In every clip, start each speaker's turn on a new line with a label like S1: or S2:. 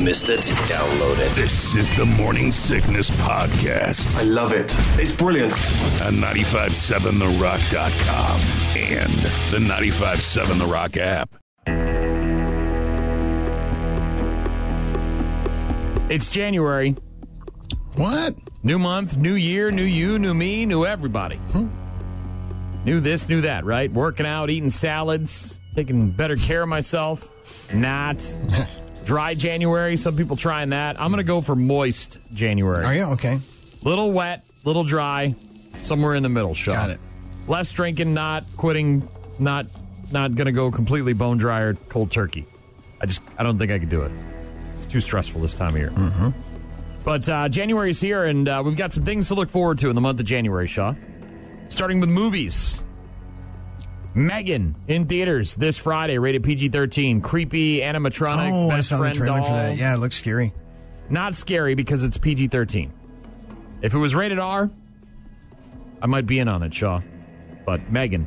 S1: missed it, download it.
S2: This is the Morning Sickness Podcast
S3: I love it. It's brilliant.
S2: on 957therock.com and the 957 The Rock app.
S4: It's January.
S5: What?
S4: New month, new year, new you, new me, new everybody.
S5: Hmm.
S4: New this, new that, right? Working out, eating salads, taking better care of myself. Not.
S5: Oh,
S4: Dry January. Some people trying that. I'm going to go for moist January.
S5: Are you okay?
S4: Little wet, little dry, somewhere in the middle, Sean.
S5: Got it.
S4: Less drinking, not quitting, not not going to go completely bone dry or cold turkey. I just I don't think I could do it. It's too stressful this time of year. Mm-hmm. But uh, January's here, and uh, we've got some things to look forward to in the month of January, Shaw. Starting with movies. Megan in theaters this Friday, rated PG 13. Creepy animatronic.
S5: Oh, I
S4: best
S5: saw the
S4: friend
S5: trailer for
S4: doll.
S5: that. Yeah, it looks scary.
S4: Not scary because it's PG 13. If it was rated R, I might be in on it, Shaw. But Megan.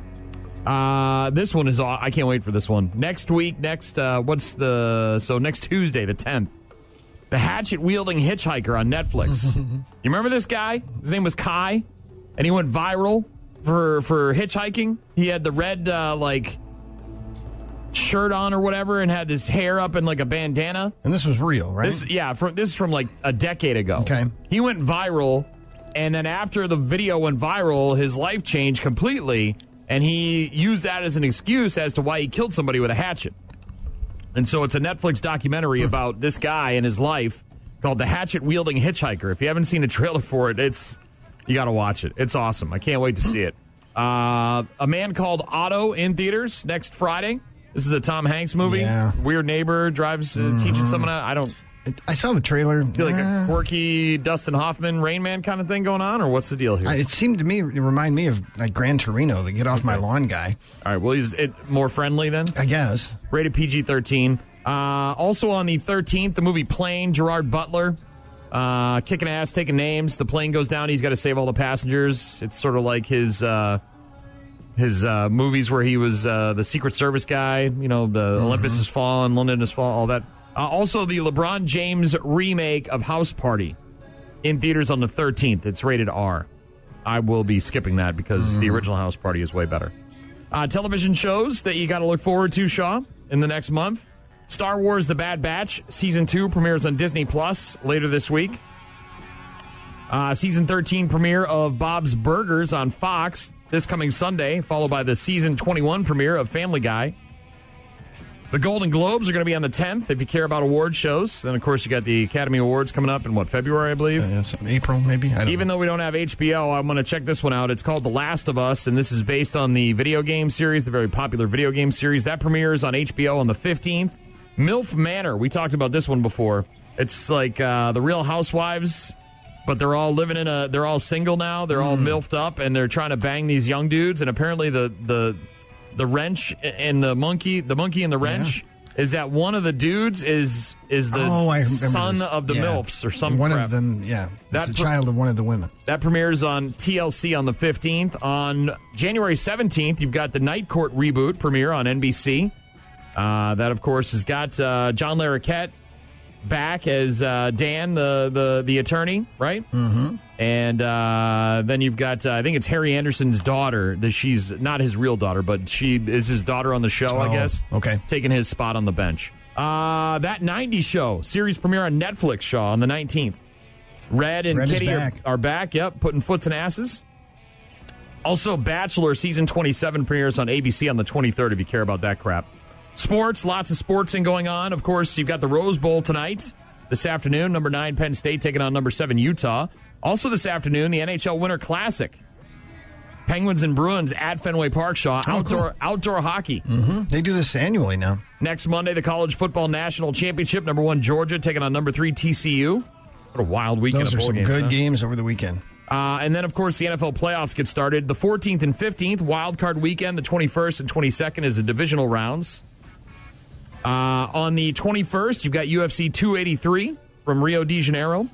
S4: Uh, this one is, aw- I can't wait for this one. Next week, next, uh, what's the, so next Tuesday, the 10th, the hatchet wielding hitchhiker on Netflix. you remember this guy? His name was Kai, and he went viral for, for hitchhiking. He had the red, uh, like, shirt on or whatever and had his hair up in like a bandana.
S5: And this was real, right?
S4: This yeah, from this is from like a decade ago.
S5: Okay.
S4: He went viral and then after the video went viral, his life changed completely and he used that as an excuse as to why he killed somebody with a hatchet. And so it's a Netflix documentary about this guy and his life called The Hatchet Wielding Hitchhiker. If you haven't seen a trailer for it, it's you got to watch it. It's awesome. I can't wait to see it. Uh, a man called Otto in theaters next Friday. This is a Tom Hanks movie.
S5: Yeah. Mm-hmm.
S4: Weird neighbor drives uh, teaching someone. How, I don't
S5: I saw the trailer.
S4: feel like a
S5: Nah.
S4: quirky Dustin Hoffman Rain Man kind of thing going on, or what's the deal here?
S5: I- it seemed to me it remind me of like Gran Torino, the get off my lawn guy.
S4: All right, well, is it more friendly then?
S5: I guess.
S4: rated PG 13. Uh, also on the 13th, the movie Plane, Gerard Butler. Uh, kicking ass, taking names. The plane goes down. He's got to save all the passengers. It's sort of like his uh, his uh, movies where he was uh, the Secret Service guy. You know, the
S5: Mm-hmm.
S4: Olympus has fallen, London has fallen, all that. Uh, also, the LeBron James remake of House Party in theaters on the 13th. It's rated R. I will be skipping that because the original House Party is way better. Uh, television shows that you got to look forward to, Shaw, in the next month. Star Wars: The Bad Batch season two premieres on Disney Plus later this week. Uh, season thirteen premiere of Bob's Burgers on Fox this coming Sunday, followed by the season twenty one premiere of Family Guy. The Golden Globes are going to be on the tenth. If you care about award shows, then of course you got the Academy Awards coming up in what February, I believe.
S5: Uh, it's April maybe. I don't
S4: Even
S5: know.
S4: though we don't have HBO, I'm going to check this one out. It's called The Last of Us, and this is based on the video game series, the very popular video game series that premieres on HBO on the 15th. MILF Manor, we talked about this one before. It's like uh, the Real Housewives, but they're all living in a. They're all single now. They're all
S5: Mm.
S4: milfed up, and they're trying to bang these young dudes. And apparently, the the the wrench and the monkey, the monkey and the wrench. Is that one of the dudes is is the
S5: oh, I remember
S4: son
S5: this.
S4: of the
S5: Yeah.
S4: milfs or some
S5: One
S4: crap.
S5: of them, yeah.
S4: That
S5: That's the
S4: pr-
S5: child of one of the women.
S4: That premieres on TLC on the 15th. On January 17th, you've got the Night Court reboot premiere on NBC. Uh, that, of course, has got uh, John Larroquette back as uh, Dan, the, the, the attorney, right? Mm-hmm. And uh, then you've got, uh, I think it's Harry Anderson's daughter. That she's not his real daughter, but she is his daughter on the show, I
S5: Oh,
S4: guess.
S5: okay.
S4: Taking his spot on the bench. Uh, that 90s show, series premiere on Netflix, Shaw, on the 19th. Red and
S5: Red is
S4: Kitty are,
S5: back.
S4: are back. Yep, putting foots in asses. Also, Bachelor season 27 premieres on ABC on the 23rd. If you care about that crap, sports, lots of sports and going on. Of course, you've got the Rose Bowl tonight, this afternoon. Number nine Penn State taking on number seven Utah. Also this afternoon, the NHL Winter Classic. Penguins and Bruins at Fenway Park. Shaw
S5: Oh,
S4: outdoor
S5: cool.
S4: outdoor hockey.
S5: Hmm? They do this annually now.
S4: Next Monday, the college football national championship. Number one Georgia taking on number three TCU. What a wild weekend!
S5: Those
S4: of
S5: are
S4: bowl
S5: some
S4: games,
S5: good
S4: huh?
S5: games over the weekend.
S4: Uh, and then, of course, the NFL playoffs get started. The 14th and 15th, wild card weekend. The 21st and 22nd is the divisional rounds. Uh, on the 21st, you've got UFC 283 from Rio de Janeiro.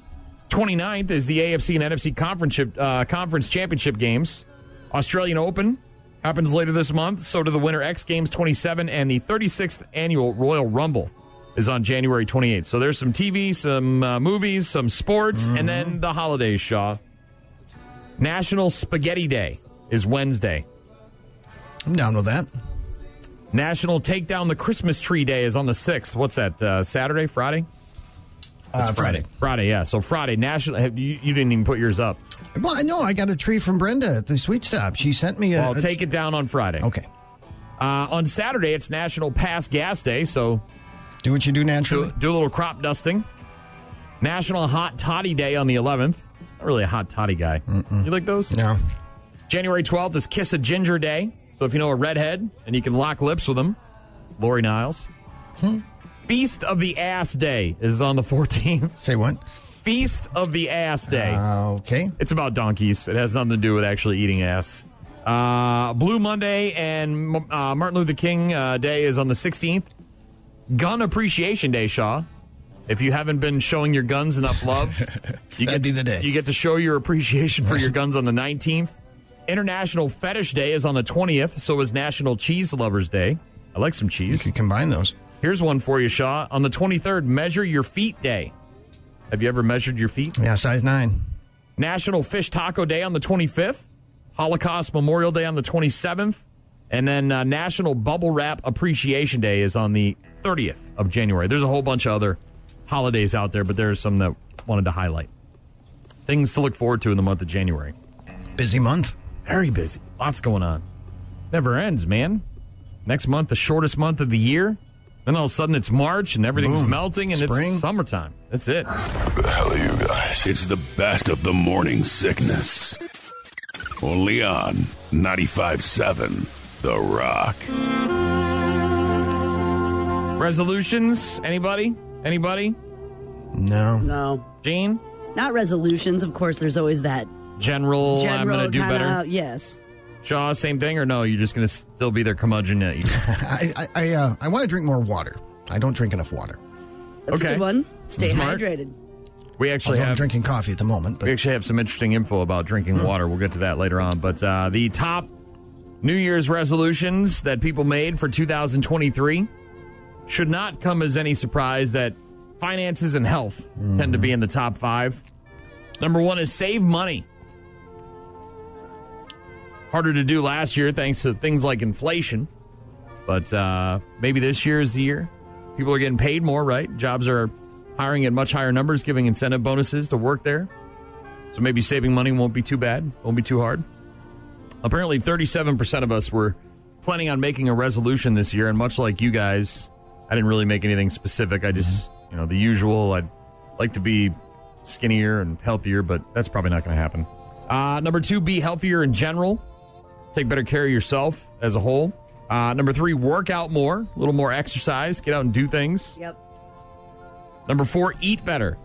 S4: 29th is the AFC and NFC conference, uh, conference championship games. Australian Open happens later this month. So do the Winter X Games 27 and the 36th annual Royal Rumble. is on January 28th. So there's some TV, some uh, movies, some sports, and then the holidays, Shaw. National Spaghetti Day is Wednesday.
S5: I'm down with that.
S4: National Take Down the Christmas Tree Day is on the 6th. What's that, uh, Saturday, Friday?
S5: It's Friday.
S4: Friday, yeah. So Friday, National. have- You, you didn't even put yours up.
S5: Well, I know I got a tree from Brenda at the sweet stop. She sent me a.
S4: Well,
S5: a
S4: take it down on Friday.
S5: uh, Okay.
S4: Uh, on Saturday, it's National Pass Gas Day, so
S5: Do what you do naturally.
S4: do, do a little crop dusting. National Hot Toddy Day on the 11th. Not really a hot toddy guy. You like those?
S5: No.
S4: January 12th is Kiss a Ginger Day. So if you know a redhead and you can lock lips with them, Lori Niles. Feast of the Ass Day is on the 14th.
S5: Say what?
S4: Feast of the Ass Day.
S5: Uh, okay.
S4: It's about donkeys. It has nothing to do with actually eating ass. Uh, Blue Monday and uh, Martin Luther King uh, Day is on the 16th. Gun Appreciation Day, Shaw. If you haven't been showing your guns enough love, you get
S5: That'd be the day.
S4: You get to show your appreciation for your guns on the 19th. International Fetish Day is on the 20th. So is National Cheese Lovers Day. I like some
S5: You
S4: cheese.
S5: could combine those.
S4: Here's one for you, Shaw. On the 23rd, Measure Your Feet Day. Have you ever measured your feet?
S5: Yeah, size nine.
S4: National Fish Taco Day on the 25th, Holocaust Memorial Day on the 27th, and then uh, National Bubble Wrap Appreciation Day is on the 30th of January. There's a whole bunch of other holidays out there, but there's some that wanted to highlight. Things to look forward to in the month of January.
S5: Busy month.
S4: Very busy. Lots going on. Never ends, man. Next month, the shortest month of the year. Then all of a sudden, it's March and everything's
S5: Boom.
S4: melting and
S5: Spring.
S4: it's summertime. That's it.
S2: It's the best of the morning sickness. Only on 95.7 The Rock.
S4: Resolutions? Anybody? Anybody?
S5: No.
S1: No,
S4: Gene?
S1: not resolutions. Of course, there's always that
S4: general, Oh, I'm
S1: general
S4: going to do
S1: kinda-
S4: better?
S1: Yes.
S4: Shaw, same thing, or no? You're just going to still be their curmudgeon at you?
S5: I I I, uh, I want to drink more water. I don't drink enough water.
S1: That's
S4: Okay.
S1: a good one. Stay
S4: Smart.
S1: hydrated.
S4: We actually
S5: Although I'm
S4: have
S5: drinking coffee at the moment,
S4: we
S5: but
S4: actually have some interesting info about drinking water. We'll get to that later on. But uh, the top New Year's resolutions that people made for 2023 should not come as any surprise that finances and health tend to be in the top five. Number one is save money. Harder to do last year thanks to things like inflation. But uh, maybe this year is the year. People are getting paid more, right? Jobs are hiring at much higher numbers, giving incentive bonuses to work there. So maybe saving money won't be too bad, won't be too hard. Apparently, 37% of us were planning on making a resolution this year. And much like you guys, I didn't really make anything specific. I just, you know, the usual. I'd like to be skinnier and healthier, but that's probably not going to happen. Uh, number two, be healthier in general take better care of yourself as a whole. Uh, number three, work out more, a little more exercise, get out and do things.
S1: Yep.
S4: Number four, eat better,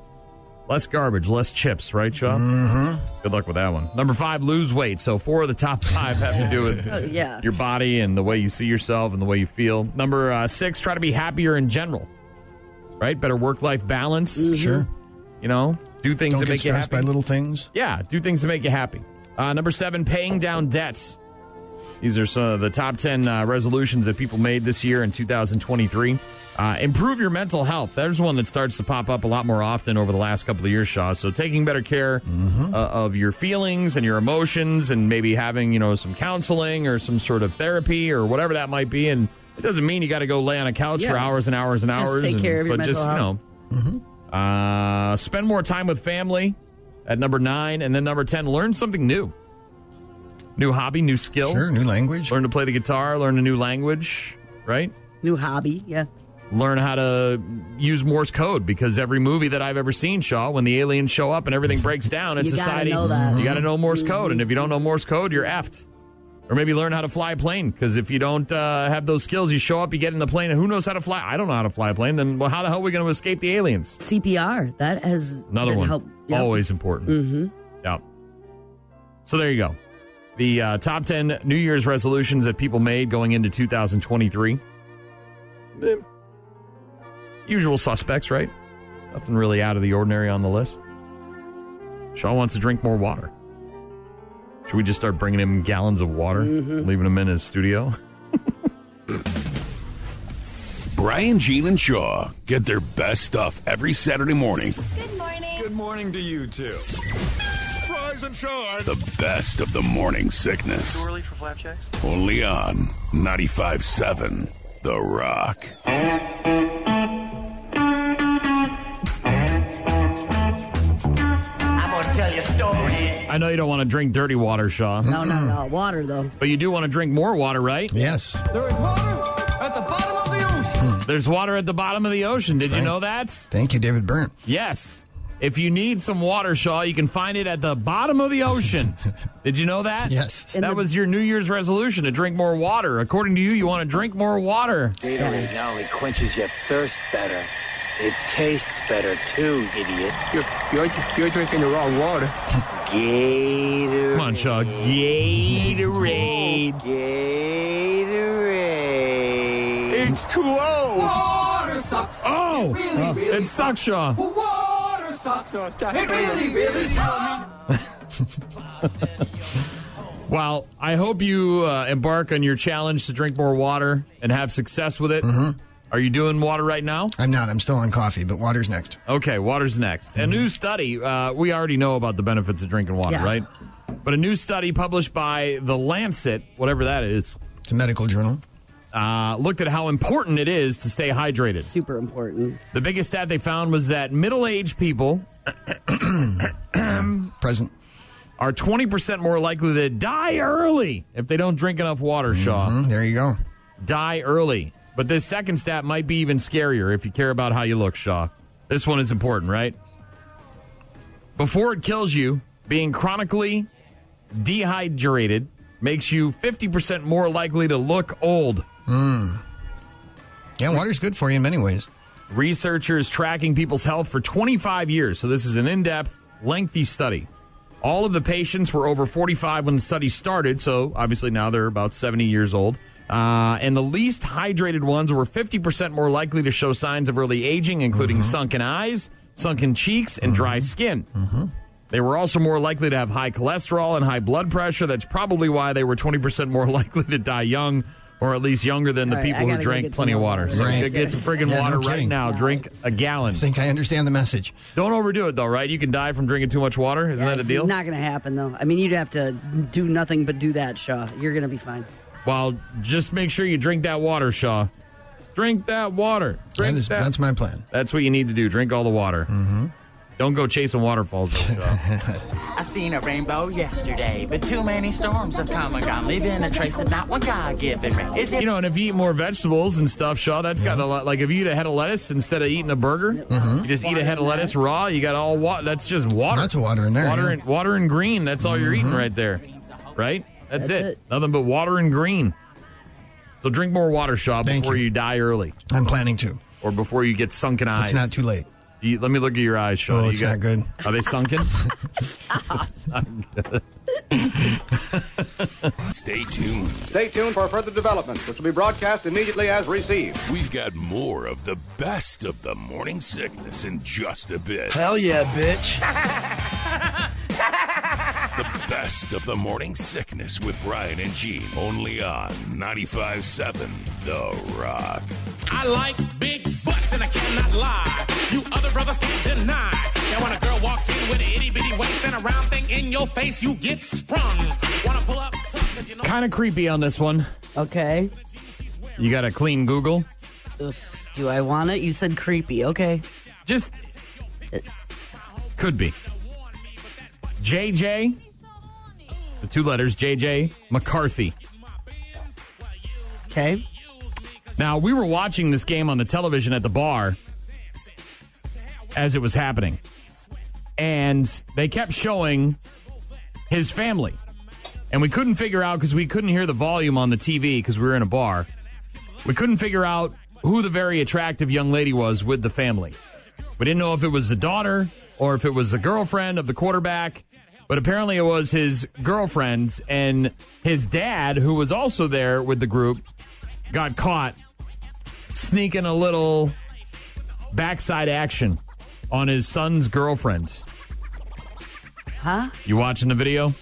S4: less garbage, less chips, right, Sean? Mm-hmm. Good luck with that one. Number five, lose weight. So four of the top five have to do
S6: Oh,
S4: with
S1: yeah.
S4: your body and the way you see yourself and the way you feel. Number uh, six, try to be happier in general, right? Better work life balance.
S5: sure.
S4: You know, do things
S5: Don't
S4: that
S5: get
S4: make you
S5: stressed
S4: happy.
S5: by little things.
S4: Yeah, do things to make you happy. Uh, number seven, paying down debts. These are some of the top 10 uh, resolutions that people made this year in 2023. Uh, improve your mental health. There's one that starts to pop up a lot more often over the last couple of years, Shaw. So taking better care uh, of your feelings and your emotions and maybe having, you know, some counseling or some sort of therapy or whatever that might be. And it doesn't mean you got to go lay on a couch for
S1: Yeah.
S4: hours and hours and
S1: Just
S4: hours.
S1: take
S4: and-
S1: care of your
S4: but
S1: mental
S4: just, you
S1: health.
S4: know, uh, spend more time with family at number nine. And then number 10, learn something new. New hobby, new skill.
S5: Sure. New language.
S4: Learn to play the guitar, learn a new language, right?
S1: New hobby. Yeah.
S4: Learn how to use Morse code because every movie that I've ever seen, Shaw, when the aliens show up and everything breaks down, it's
S1: You gotta
S4: society.
S1: know that.
S4: You got to know Morse code. And if you don't know Morse code, you're effed. Or maybe learn how to fly a plane because if you don't uh, have those skills, you show up, you get in the plane, and who knows how to fly? I don't know how to fly a plane. Then, well, how the hell are we going to escape the aliens?
S1: CPR. That has
S4: Another
S1: been
S4: one.
S1: Help. Yep.
S4: Always important. Mm-hmm. Yeah. So there you go. The uh, top 10 New Year's resolutions that people made going into 2023. Eh, Usual suspects, right? Nothing really out of the ordinary on the list. Shaw wants to drink more water. Should we just start bringing him
S1: Mm-hmm.
S4: gallons of water, leaving him in his studio?
S2: Brian, Gene, and Shaw get their best stuff every Saturday morning.
S7: Good morning to you too.
S2: Rise and shine. The best of the morning sickness.
S8: early for flapjacks?
S2: Only on 95.7 The Rock.
S9: I'm gonna tell you a story.
S4: I know you don't want to drink dirty water, Shaw,
S1: No, no, no. Water, though.
S4: but you do want to drink more water, right?
S5: Yes.
S7: There is water at the bottom of the ocean.
S4: There's water at the bottom of the ocean. Did you
S5: right.
S4: know that?
S5: Thank you, David Byrne.
S4: Yes. If you need some water, Shaw, you can find it at the bottom of the ocean. Did you know that?
S5: Yes.
S1: In
S4: that
S1: the-
S4: was your New Year's resolution to drink more water. According to you, you want to drink more water.
S10: Gatorade not only quenches your thirst better, it tastes better too, idiot.
S8: You're, you're, you're drinking the wrong water.
S10: Gatorade.
S4: Come on, Shaw. Gatorade.
S10: Gatorade.
S8: It's too old.
S7: Water sucks.
S4: Oh,
S7: Really, really.
S4: it sucks, Shaw.
S7: Water sucks.
S8: No, stop.
S7: It really, really sucks.
S4: Well, I hope you uh, embark on your challenge to drink more water and have success with it. Are you doing water right now?
S5: I'm not. I'm still on coffee, but water's next.
S4: Okay, water's next. A new study, uh, we already know about the benefits of drinking water,
S1: Yeah.
S4: right? But a new study published by The Lancet, whatever that is,
S5: It's a medical journal.
S4: uh, looked at how important it is to stay hydrated.
S1: Super important.
S4: The biggest stat they found was that middle aged people
S5: Present.
S4: are 20% more likely to die early if they don't drink enough water, Shaw.
S5: Mm, there you go.
S4: die early. But this second stat might be even scarier if you care about how you look, Shaw. This one is important, right? Before it kills you, being chronically dehydrated makes you 50% more likely to look old.
S5: Yeah, water's good for you in many ways.
S4: Researchers tracking people's health for 25 years, so this is an in depth, lengthy study. All of the patients were over 45 when the study started, so obviously now they're about 70 years old. Uh, and the least hydrated ones were 50% more likely to show signs of early aging,
S5: Mm-hmm.
S4: including sunken eyes, sunken cheeks, and dry skin.
S5: Mm-hmm.
S4: They were also more likely to have high cholesterol and high blood pressure. That's probably why they were 20% more likely to die young, or at least younger than the
S1: All right, I
S4: people who
S1: gotta go
S4: drank
S1: get some
S4: plenty of
S1: more
S4: water.
S1: water.
S4: So
S5: Right.
S4: go get some friggin'
S5: Yeah, no
S4: water right
S5: kidding.
S4: now. Drink a gallon.
S5: I think I understand the message.
S4: Don't overdo it, though, right? You can die from drinking too much water. Isn't that a
S1: It's
S4: deal?
S1: Not going to happen, though. I mean, you'd have to do nothing but do that, Shaw. You're going to be fine.
S4: well, just make sure you drink that water, Shaw. Drink that water. Drink
S5: That is,
S4: that-
S5: that's my plan.
S4: That's what you need to do. Drink all the water. Mm-hmm. Don't go chasing waterfalls. though, Shaw.
S9: I seen a rainbow yesterday, but too many storms have come and gone, leaving a trace of not what God given me. Is it
S4: you know, and if you eat more vegetables and stuff, Shaw, that's got a
S5: Mm-hmm.
S4: lot. Like if you eat a head of lettuce instead of eating a burger, you just eat a head of lettuce raw. You got all water. That's just water.
S5: Lots of water in there.
S4: water
S5: yeah.
S4: and water and green. That's all you're eating right there, right? Mm-hmm. That's,
S1: That's
S4: it.
S1: it.
S4: Nothing but water and green. So drink more water, Shaw,
S5: Thank
S4: before you.
S5: you.
S4: die early
S5: I'm planning to.
S4: or before you get sunken eyes.
S5: It's not too late.
S4: You- let me look at your eyes, Shaw.
S5: Oh,
S4: You
S5: it's not good.
S4: Are they sunken?
S2: Stay tuned.
S11: Stay tuned for further developments, which will be broadcast immediately as received.
S2: We've got more of the best of the morning sickness in just a bit.
S10: Hell yeah, bitch.
S2: The best of the morning sickness with Brian and Gene. Only on 95.7 The Rock.
S12: I like big butts and I cannot lie. You other brothers can't deny that when a girl walks in with an itty bitty waist and a round thing in your face, you get sprung. Wanna pull up tough 'cause you know
S4: kind of creepy on this one.
S1: Okay.
S4: You got a clean Google.
S1: Do I want it? You said creepy. Okay.
S4: Just could be. JJ, the two letters JJ McCarthy.
S1: Okay.
S4: Now we were watching this game on the television at the bar as it was happening, and they kept showing his family, and we couldn't figure out because we couldn't hear the volume on the TV because we were in a bar. We couldn't figure out who the very attractive young lady was with the family. We didn't know if it was the daughter or if it was the girlfriend of the quarterback, but apparently it was his girlfriend's and his dad, who was also there with the group, got caught sneaking a little backside action on his son's girlfriend.
S1: Huh?
S4: You watching the video?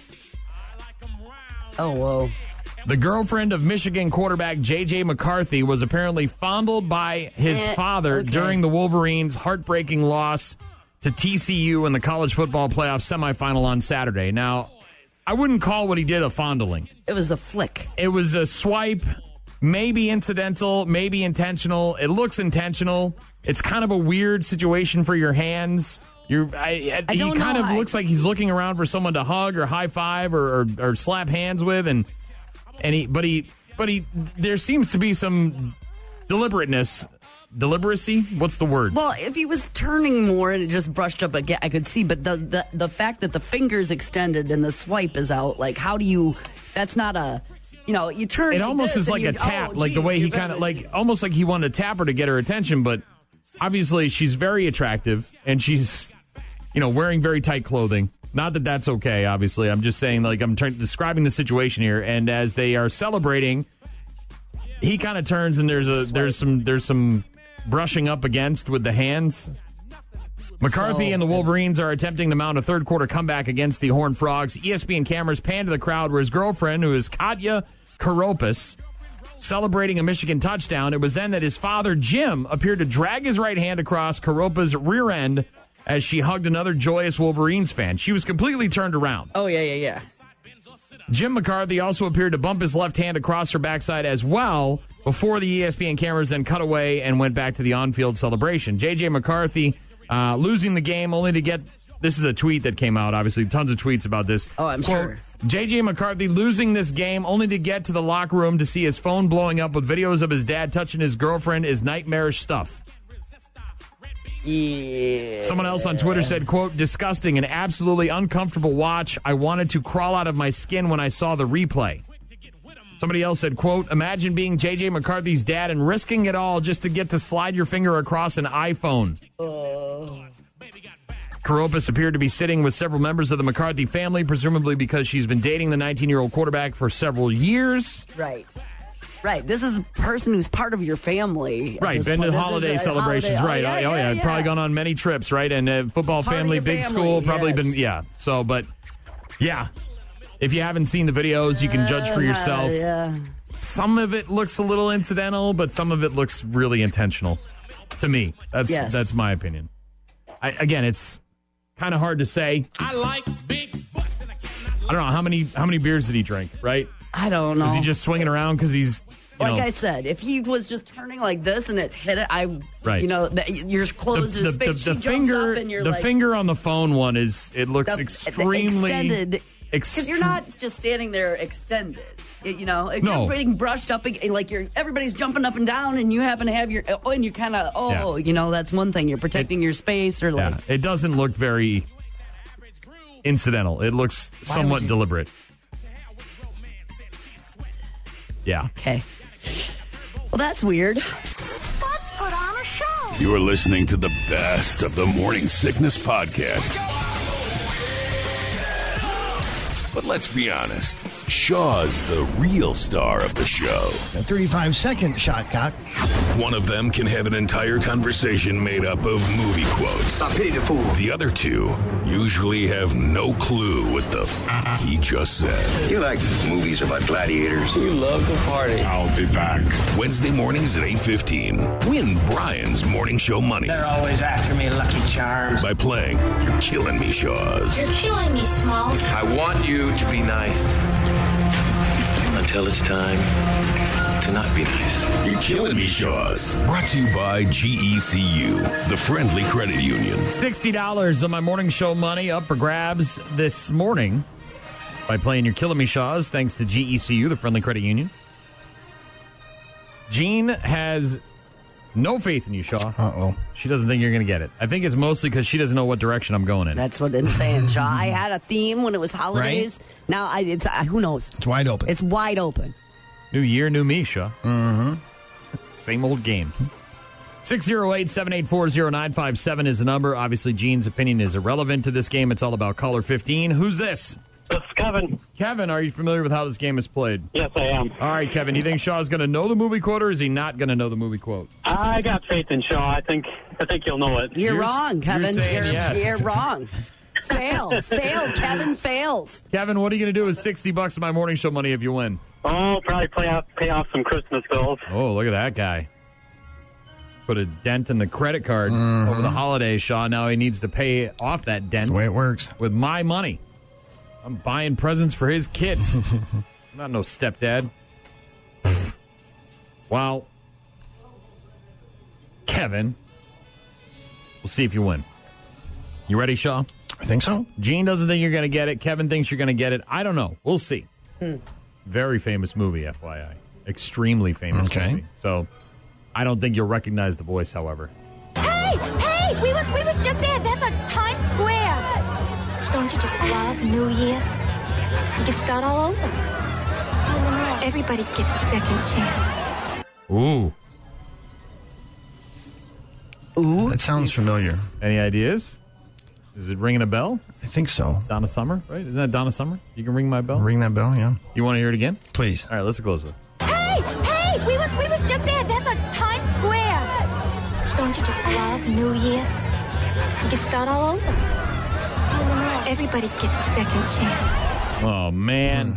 S1: Oh, whoa.
S4: The girlfriend of Michigan quarterback J.J. McCarthy was apparently fondled by his
S13: Eh,
S4: father
S13: okay.
S4: during the Wolverines' heartbreaking loss to TCU in the college football playoff semifinal on Saturday. Now, I wouldn't call what he did a fondling.
S6: It was a flick.
S4: It was a swipe, maybe incidental, maybe intentional. It looks intentional. It's kind of a weird situation for your hands. You're, I, I,
S6: I
S4: he
S6: don't
S4: kind
S6: know.
S4: of
S6: I-
S4: looks like he's looking around for someone to hug or high five or, or, or slap hands with, and and he, but he, but he, there seems to be some deliberateness, deliberacy. What's the word?
S6: Well, if he was turning more and it just brushed up again, I could see. But the, the the fact that the fingers extended and the swipe is out, like how do you? That's not a, you know, you turn.
S4: it almost
S6: this
S4: is
S6: and
S4: like
S6: you-
S4: a tap,
S6: oh,
S4: like the
S6: geez,
S4: way he
S6: you're
S4: kind of
S6: very-
S4: like almost like he wanted to tap her to get her attention, but obviously she's very attractive and she's you know wearing very tight clothing. Not that that's okay, obviously. I'm just saying like I'm trying describing the situation here and as they are celebrating he kind of turns and there's a there's some there's some brushing up against with the hands. McCarthy
S13: So-
S4: and the Wolverines are attempting to mount a third quarter comeback against the Horned Frogs. E ESPN cameras pan to the crowd where his girlfriend, who is Katya Karopis, celebrating a Michigan touchdown. It was then that his father, Jim, appeared to drag his right hand across Karopa's rear end as she hugged another joyous Wolverines fan. She was completely turned around.
S6: Oh yeah, yeah, yeah.
S4: Jim McCarthy also appeared to bump his left hand across her backside as well before the E ESPN cameras then cut away and went back to the on field celebration. JJ McCarthy uh, losing the game only to get this is a tweet that came out, obviously, tons of tweets about this. Oh, I'm
S6: sure.
S4: JJ McCarthy losing this game only to get to the locker room to see his phone blowing up with videos of his dad touching his girlfriend is nightmarish stuff. Yeah. Someone else on Twitter said, quote, disgusting and absolutely uncomfortable watch. I wanted to crawl out of my skin when I saw the replay. Somebody else said, quote, imagine being JJ McCarthy's dad and risking it all just to get to slide your finger across an iPhone. Karopis appeared to be sitting with several members of the McCarthy family, presumably because she's been dating the 19 year old quarterback for several years.
S6: Right. Right. This is a person who's part of your family. at
S4: Right,
S6: this
S4: been
S6: point.
S4: to
S6: This is
S4: holiday
S6: a
S4: celebrations.
S6: holiday-
S4: right, oh yeah, probably gone on many trips. Right, and uh, football
S6: Part of
S4: family,
S6: your
S4: big
S6: family,
S4: school, probably
S6: yes.
S4: been yeah. So, but yeah, if you haven't seen the videos, you can judge for yourself.
S6: Uh, yeah.
S4: Some of it looks a little incidental, but some of it looks really intentional. To me, that's
S12: Yes.
S4: that's my opinion. I, again, it's kind of hard to say.
S12: I like big butts.
S4: I don't know how many how many beers did he drink. Right,
S6: I don't know.
S4: Is he just swinging around because he's you
S6: Oh. Like
S4: know,
S6: I said, if he was just turning like this and it hit it, I,
S4: Right.
S6: you know, that you're close to his face. she jumps
S4: finger,
S6: up and you're
S4: the
S6: like,
S4: finger on the phone one is it looks
S6: the-
S4: extremely
S6: extended
S4: ext-
S6: because you're not just standing there extended. y- You know, if
S4: No.
S6: you're being brushed up, ag- like you're everybody's jumping up and down, and you happen to have your oh, and you kind of oh, you know, that's one thing. You're protecting your space or like
S4: Yeah, it doesn't look very incidental. It looks
S6: Why would
S4: somewhat
S6: you-
S4: deliberate. Yeah.
S6: Okay. Well, that's weird.
S2: You're listening to the best of the Morning Sickness Podcast. But let's be honest, Shaw's the real star of the show.
S5: A 35 second shot clock.
S2: One of them can have an entire conversation made up of movie quotes. I pity the fool. The other two usually have no clue what the f- he just said. You like movies about gladiators. You love to party. I'll be back. Wednesday mornings at 8.15. Win Brian's Morning Show money. They're always after me, Lucky Charms. By playing You're Killing Me, Shaws.
S14: You're killing me, Smalls.
S2: I want you to be nice.
S10: Until it's time to not be nice.
S2: You're Killing Me, Shaws. Brought to you by GECU, the friendly credit union.
S4: $60 of my morning show money up for grabs this morning by playing your Killing Me Shaws, thanks to GECU, the Friendly Credit Union. Jean has no faith in you, Shaw. Uh oh. She doesn't think you're going to get it. I think it's mostly because she doesn't know what direction I'm going in.
S6: That's what I'm saying, Shaw. I had a theme when it was holidays. Now I it's I, who knows? It's
S5: wide open.
S6: It's wide open.
S4: New year, new me, Shaw. Mm-hmm. Same old game. 608-784-0957 is the number. Obviously, Gene's opinion is irrelevant to this game. It's all about caller 15. Who's this?
S15: Uh,
S4: It's Kevin. Kevin, are you familiar with how this game is played? Yes, I am. All right, Kevin, do you think Shaw's going to know the movie quote or is he not going to know the movie quote?
S15: I got faith in Shaw. I think I think he'll know it.
S6: You're, wrong, Kevin.
S4: saying
S6: You're,
S4: yes.
S6: you're wrong. fail, fail. Kevin fails.
S4: Kevin, what are you going to do with 60 bucks of my morning show money if you win?
S15: Oh, probably play off, pay off some Christmas bills.
S4: Oh, look at that guy. Put a dent in the credit card over the holiday, Shaw. Now he needs to pay off that dent. Mm-hmm. That's the way
S5: it works.
S4: With my money. I'm buying presents for his kids. I'm not no stepdad. wow. Kevin. We'll see if you win. You ready, Shaw?
S5: I think so.
S4: Gene doesn't think you're going to get it. Kevin thinks you're going to get it. I don't know. We'll see. Very famous movie, FYI. Extremely famous
S5: Okay.
S4: movie. So I don't think you'll recognize the voice, however.
S13: Hey, hey, we was we was just there. That's a Times Square. Don't you just love New Year's? You can start all over. Everybody gets a second chance.
S4: Ooh.
S6: Ooh.
S5: That sounds familiar.
S4: Any ideas? Is it ringing a bell?
S5: I think so.
S4: Donna Summer, right? Isn't that Donna Summer? You can ring my bell?
S5: Ring that bell, yeah.
S4: You want to hear it again?
S5: Please.
S4: All right, let's close it.
S13: Hey, hey, we was we was just there. That's a Times Square. Don't you just love New Year's? You can start all over. Everybody gets a second chance.
S4: Oh, man.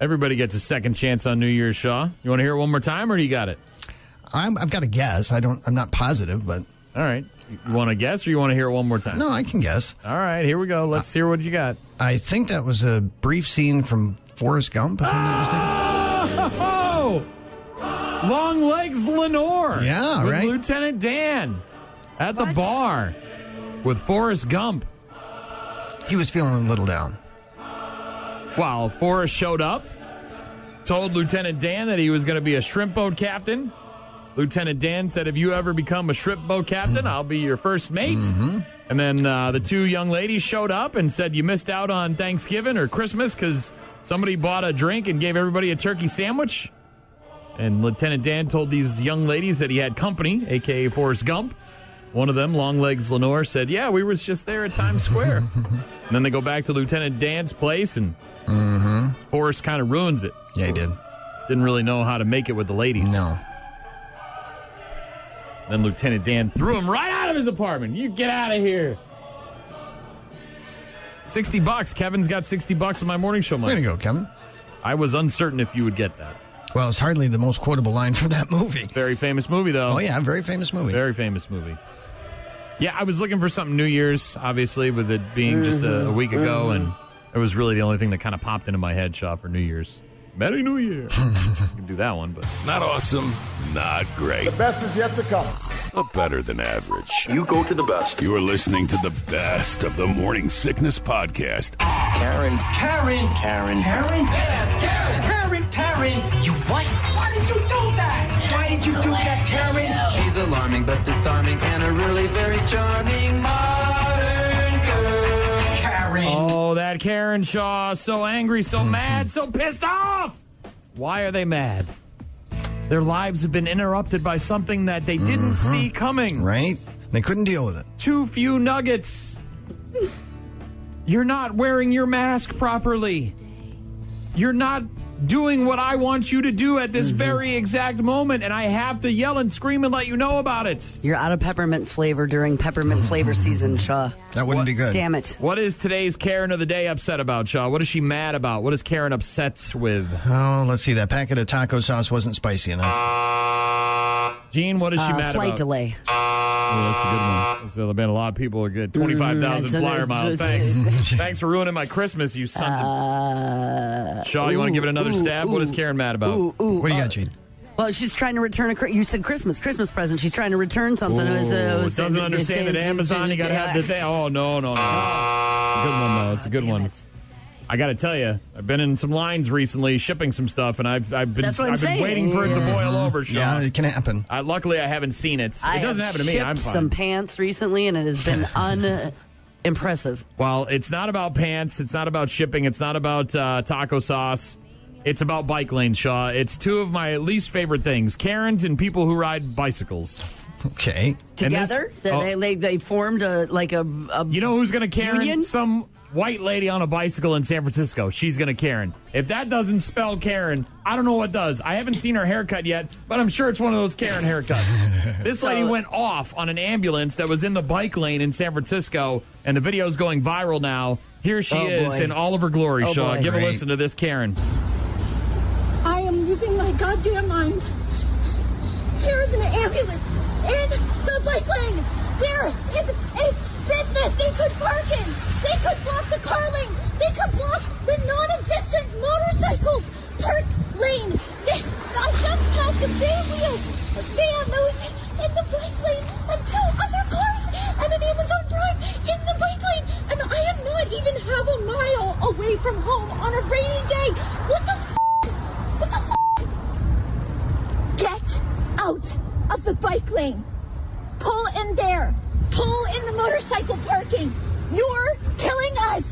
S4: Everybody gets a second chance on New Year's, Shaw. You want to hear it one more time, or do you got it?
S5: I'm, I've got a guess. I don't. I'm not positive, but
S4: All right. You want to guess, or you want to hear it one more time?
S5: no, Ah. I can guess.
S4: All right, here we go. Let's hear what you got.
S5: I think that was a brief scene from Forrest Gump. If I'm not mistaken.
S4: Oh! Long Legs Lenore.
S5: Yeah,
S4: with
S5: right.
S4: Lieutenant Dan at the bar with Forrest Gump.
S5: He was feeling a little down.
S4: Wow, Forrest showed up, told Lieutenant Dan that he was going to be a shrimp boat captain. Lieutenant Dan said, If you ever become a shrimp boat captain, I'll be your first mate. And then uh, the two young ladies showed up and said, You missed out on Thanksgiving or Christmas because somebody bought a drink and gave everybody a turkey sandwich. And Lieutenant Dan told these young ladies that he had company, aka Forrest Gump. One of them, Longlegs Lenore, said, "Yeah, we was just there at Times Square." and then they go back to Lieutenant Dan's place, and Forrest kind of ruins it.
S5: Yeah, he did.
S4: Didn't really know how to make it with the ladies.
S5: No.
S4: Then Lieutenant Dan threw him right out of his apartment. You get out of here. Sixty bucks. Kevin's got sixty bucks in my morning show money.
S5: Way to go, Kevin.
S4: I was uncertain if you would get that.
S5: Well, it's hardly the most quotable line from that movie.
S4: Very famous movie, though.
S5: Oh yeah, very famous movie.
S4: Very famous movie. Yeah, I was looking for something New Year's, obviously, with it being just a, a week ago,
S5: Mm-hmm.
S4: and it was really the only thing that kind of popped into my head, Shaw, for New Year's. Merry New Year. you can do that one, but.
S2: Not awesome, not great,
S14: best is yet to come.
S2: but better than average. You go to the best. You're listening to the best of the Morning Sickness Podcast.
S10: Karen. Karen. Karen.
S7: Karen? Karen, Karen! You what? Why did you do that? Why did you do that, Karen?
S10: She's alarming but disarming and a really very charming modern girl. Karen.
S4: Oh, that Karen Shaw. So angry, so mad, so pissed off. Why are they mad? Their lives have been interrupted by something that they didn't see coming.
S5: Right? They couldn't deal with it.
S4: Too few nuggets. You're not wearing your mask properly. You're not doing what I want you to do at this very exact moment, and I have to yell and scream and let you know about it.
S6: You're out of peppermint flavor during peppermint flavor season, Shaw.
S5: That wouldn't be good.
S6: Damn it.
S4: What is today's Karen of the Day upset about, Shaw? What is she mad about? What is Karen upset with?
S5: Oh, let's see. That packet of taco sauce wasn't spicy enough.
S4: Gene, what is she
S6: Uh,
S4: mad
S6: flight
S4: about?
S6: delay.
S4: Oh, that's a good one. There's there have been a lot of people who get
S6: Mm-hmm.
S4: 25,000
S6: That's-
S4: flyer miles. Thanks. Thanks for ruining my Christmas, you sons of... Shaw, you want to give it another
S6: Uh, ooh,
S4: stab? what is
S6: ooh,
S4: Karen mad about?
S6: Ooh, ooh.
S5: What do you got, Gene?
S6: Well, she's trying to return a. cri- You said Christmas, Christmas present. She's trying to return something. It was, uh, it
S4: Ooh,
S6: was-
S4: doesn't
S6: it- it-
S4: understand
S6: it-
S4: that
S6: it-
S4: Amazon, you got to have the thing. Oh, no, no, no. It's a good one, though. It's a good one. I got to tell you, I've been in some lines recently shipping some stuff, and I've, I've been,
S6: That's what I'm
S4: I've been
S6: saying.
S4: waiting for it to boil over, Shaw.
S5: Yeah, it can happen.
S4: I, luckily, I haven't seen it.
S6: I
S4: it doesn't
S6: have
S4: happen to me.
S6: shipped
S4: I'm fine.
S6: some pants recently, and it has been unimpressive.
S4: Well, it's not about pants. It's not about shipping. It's not about uh, taco sauce. It's about bike lane, Shaw. It's two of my least favorite things Karens and people who ride bicycles.
S5: Okay.
S4: And this-
S6: Together, they,
S4: oh.
S6: they, they they formed a like a, a
S4: You know who's going to Karen?
S6: Union?
S4: Some white lady on a bicycle in San Francisco. She's going to Karen. If that doesn't spell Karen, I don't know what does. I haven't seen her haircut yet, but I'm sure it's one of those Karen haircuts. this lady went off on an ambulance that was in the bike lane in San Francisco, and the video's going viral now. Here she
S6: Oh,
S4: is
S6: boy.
S4: in all of her glory,
S6: Oh,
S4: Shaw.
S6: boy.
S4: Give
S6: Right.
S4: a listen to this Karen.
S14: losing my goddamn mind. Here's an ambulance in the bike lane. There is a business they could park in. They could block the car lane. They could block the non-existent motorcycles park lane. They, I just passed a bay wheel, a van that was in the bike lane, and two other cars, and an Amazon Prime in the bike lane. And I am not even half a mile away from home on a rainy day. What the f- Get out of the bike lane. Pull in there. Pull in the motorcycle parking. You're killing us.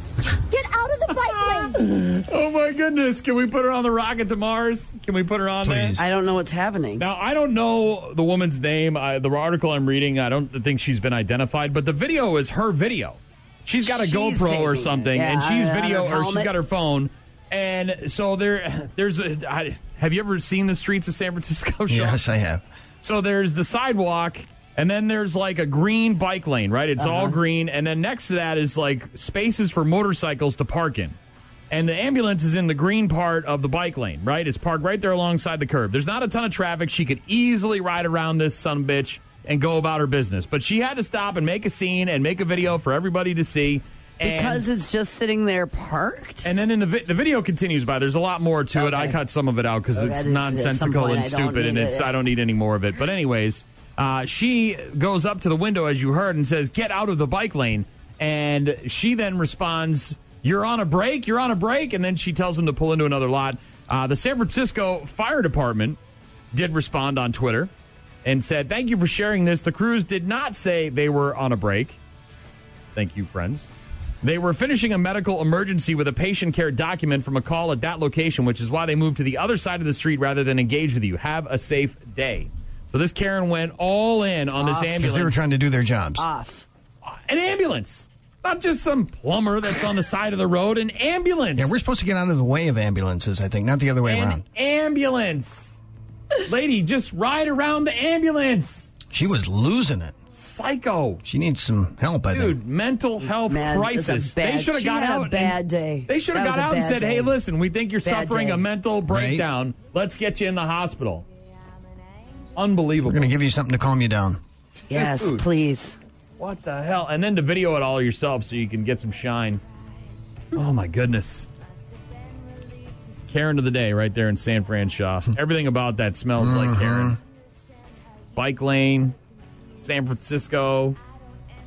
S14: Get out of the bike lane.
S4: oh my goodness! Can we put her on the rocket to Mars? Can we put her on there?
S6: I don't know what's happening.
S4: Now I don't know the woman's name. I, the article I'm reading, I don't think she's been identified, but the video is her video. She's got a
S16: She's
S4: GoPro or
S16: taking it.
S4: something,
S16: Yeah,
S4: and she's
S16: on- on
S4: video
S16: her
S4: or she's
S16: helmet.
S4: got her phone. And so there, there's. A, I, have you ever seen the streets of San Francisco?
S5: Yes, I have.
S4: So there's the sidewalk, and then there's like a green bike lane, right? It's all green, and then next to that is like spaces for motorcycles to park in. And the ambulance is in the green part of the bike lane, right? It's parked right there alongside the curb. There's not a ton of traffic. She could easily ride around this son bitch and go about her business. But she had to stop and make a scene and make a video for everybody to see. And
S6: because it's just sitting there parked.
S4: and then in the, vi- the video continues by. There's a lot more to it. I cut some of it out because
S6: Okay,
S4: it's
S6: it's- at some
S4: nonsensical
S6: point
S4: and
S6: I don't
S4: stupid,
S6: need
S4: and
S6: it,
S4: it's
S6: yeah.
S4: I don't need any more of it. But anyways, uh, she goes up to the window as you heard and says, "Get out of the bike lane." And she then responds, "You're on a break. You're on a break." And then she tells him to pull into another lot. Uh, the San Francisco Fire Department did respond on Twitter and said, "Thank you for sharing this." The crews did not say they were on a break. Thank you, friends. They were finishing a medical emergency with a patient care document from a call at that location, which is why they moved to the other side of the street rather than engage with you. Have a safe day. So this Karen went all in on this
S5: Because
S4: ambulance.
S5: they were trying to do their jobs.
S6: Off.
S4: An ambulance. Not just some plumber that's on the side of the road. An ambulance.
S5: Yeah, we're supposed to get out of the way of ambulances, I think, not the other way around.
S4: An ambulance. Lady, just ride around the ambulance.
S5: She was losing it.
S4: Psycho.
S5: She needs some help, I think.
S4: Dude, mental health
S6: Man, it's a
S4: crisis.
S6: bad-
S4: they should have
S6: she
S4: got
S6: had
S4: out.
S6: a
S4: and-
S6: bad day.
S4: They should have
S6: That was
S4: got
S6: a
S4: out and
S6: bad
S4: said, "Hey,
S6: day.
S4: listen, we think you're
S6: Bad
S4: suffering
S6: day.
S4: a mental breakdown. Let's get you in the hospital." Unbelievable.
S5: We're going to give you something to calm you down.
S6: Yes,
S4: Dude.
S6: please.
S4: What the hell? And then to video it all yourself so you can get some shine. Oh my goodness. Karen of the day right there in San Francisco. Everything about that smells like Karen. Bike lane, San Francisco.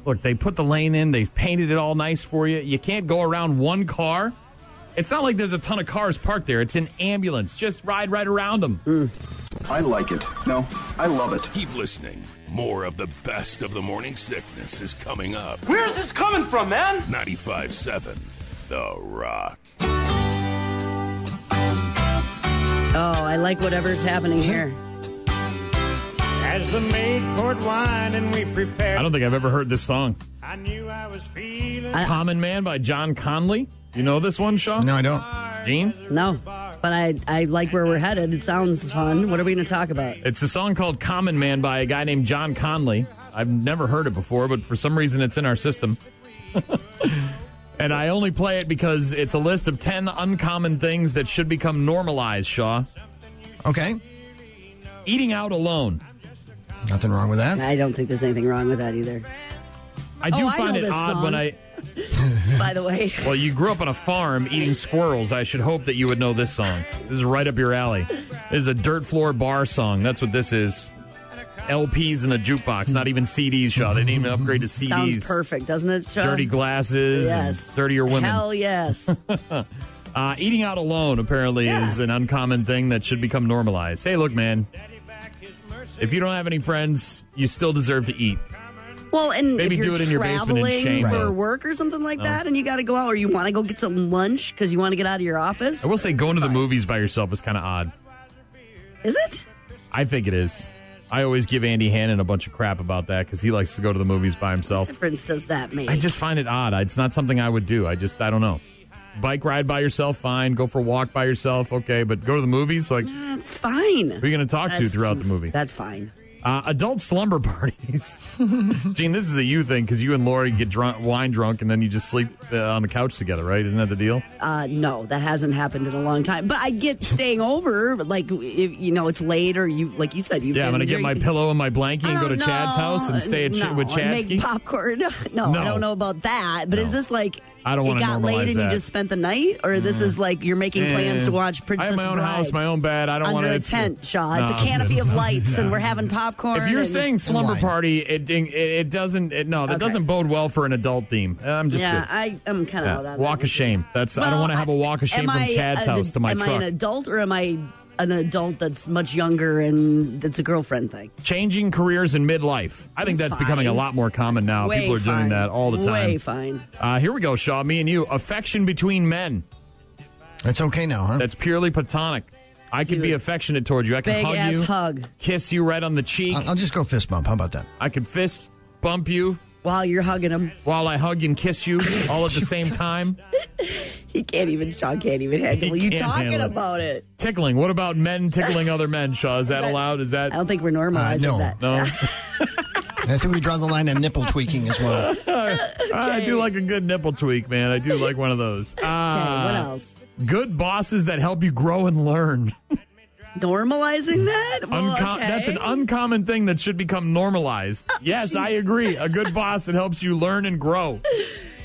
S4: Look, they put the lane in, they've painted it all nice for you. You can't go around one car. It's not like there's a ton of cars parked there. It's an ambulance. Just ride right around them.
S2: I like it. No, I love it. Keep listening. More of the best of the morning sickness is coming up.
S11: Where's this coming from, man?
S2: 95.7 The Rock.
S1: Oh, I like whatever's happening here.
S17: As the maid poured wine and we prepared,
S4: I don't think I've ever heard this song.
S17: I knew I was feeling.
S4: Common Man by John Conley. You know this one, Sean?
S5: No, I don't.
S4: Gene?
S1: No, but I, I like where we're headed. It sounds fun. What are we going to talk about?
S4: It's a song called Common Man by a guy named John Conley. I've never heard it before, but for some reason it's in our system. and I only play it because it's a list of 10 uncommon things that should become normalized, Shaw.
S5: Okay.
S4: Eating out alone.
S5: Nothing wrong with that.
S1: I don't think there's anything wrong with that either.
S4: I do
S1: Oh, I
S4: find
S1: know
S4: it
S1: this
S4: odd
S1: song.
S4: when I.
S1: By the way,
S4: Well, you grew up on a farm eating squirrels. I should hope that you would know this song. This is right up your alley. This is a dirt floor bar song. That's what this is. LPs in a jukebox, not even CDs, Shaw. They didn't even upgrade to CDs.
S1: sounds perfect, doesn't it? Sean?
S4: dirty glasses,
S1: Um, Yes.
S4: and dirtier women.
S1: Hell yes.
S4: Uh, eating out alone apparently is an uncommon thing that should become normalized. Hey, look, man, if you don't have any friends, you still deserve to eat.
S1: Well, and
S4: Maybe
S1: if
S4: do
S1: you're
S4: it in your basement
S1: traveling
S4: in shame. Oh.
S1: for
S4: Right.
S1: work or something like
S4: No.
S1: that, and you got to go out, or you want to go get some lunch because you want to get out of your office,
S4: I will say, going to the movies by yourself is kind of odd.
S1: is it?
S4: I think it is. I always give Andy Hannon a bunch of crap about that because he likes to go to the movies by himself.
S1: Difference does that make?
S4: I just find it odd. It's not something I would do. I just, I don't know. Bike ride by yourself, fine. Go for a walk by yourself, okay. But go to the movies, like, who
S1: That's fine.
S4: are you going to talk to
S1: That's-
S4: throughout the movie?
S1: That's fine.
S4: Uh, adult slumber parties. Gene, this is a you thing because you and Lori get drunk, wine drunk, and then you just sleep uh, on the couch together, right? Isn't that the deal?
S6: Uh, no, that hasn't happened in a long time. But I get staying over, like if, you know, it's late or you, like you said, you.
S4: Yeah, I'm gonna get my pillow and my blanket and go to Chad's house and stay at Ch-
S6: no,
S4: with
S6: and
S4: Chadsky.
S6: Make popcorn. No,
S4: No.
S6: I don't know about that. But is this like
S4: I don't
S6: it
S4: wanna normalize
S6: got late and
S4: that.
S6: you just spent the night, or this is like you're making plans
S4: Eh,
S6: to watch
S4: I
S6: Princess
S4: have my own
S6: Bride
S4: house, my own bed. I don't want
S6: under
S4: to.
S6: a tent, Shaw. It's
S4: No,
S6: a
S4: I'm
S6: canopy
S4: good.
S6: of lights, and
S4: Yeah.
S6: we're having popcorn.
S4: If you're
S6: and-
S4: saying slumber party, it, it it doesn't. It, no, that
S6: Okay.
S4: doesn't bode well for an adult theme. I'm just
S6: yeah,
S4: good.
S6: I am kind of
S4: Yeah.
S6: out on
S4: walk of shame. That's I don't
S6: Well,
S4: want to have a walk of shame
S6: Am
S4: from
S6: I
S4: Chad's
S6: a-
S4: house to my
S6: am I
S4: truck.
S6: an adult or am I an adult that's much younger and that's a girlfriend thing?
S4: Changing careers in midlife. I think that's becoming a lot more common now.
S6: Way
S4: Oh, People are doing
S6: fine.
S4: that all the time.
S6: Way fine.
S4: Uh, here we go, Shaw. Me and you. Affection between men.
S5: That's okay now, huh?
S4: That's purely platonic. I can be affectionate toward you. I can
S6: Big
S4: hug
S6: ass
S4: you,
S6: hug.
S4: kiss you right on the cheek.
S5: I'll just go fist bump. How about that?
S4: I can fist bump you
S6: while you're hugging him.
S4: While I hug and kiss you all at the same time.
S6: He can't even. Sean can't even handle.
S4: He
S6: you
S4: can't
S6: talking
S4: handle it.
S6: about it?
S4: Tickling. What about men tickling other men, Shaw? Is that allowed? Is that
S6: I don't think we're normalizing
S5: no.
S6: that.
S4: no?
S5: I think we draw the line at nipple tweaking as well.
S4: I do like a good nipple tweak, man. I do like one of those. Ah,
S6: what else?
S4: Good bosses that help you grow and learn.
S6: Normalizing that? Well,
S4: Uncom-
S6: Oh, okay. Oh,
S4: That's an uncommon thing that should become normalized. yes, I agree. A good boss that helps you learn and grow.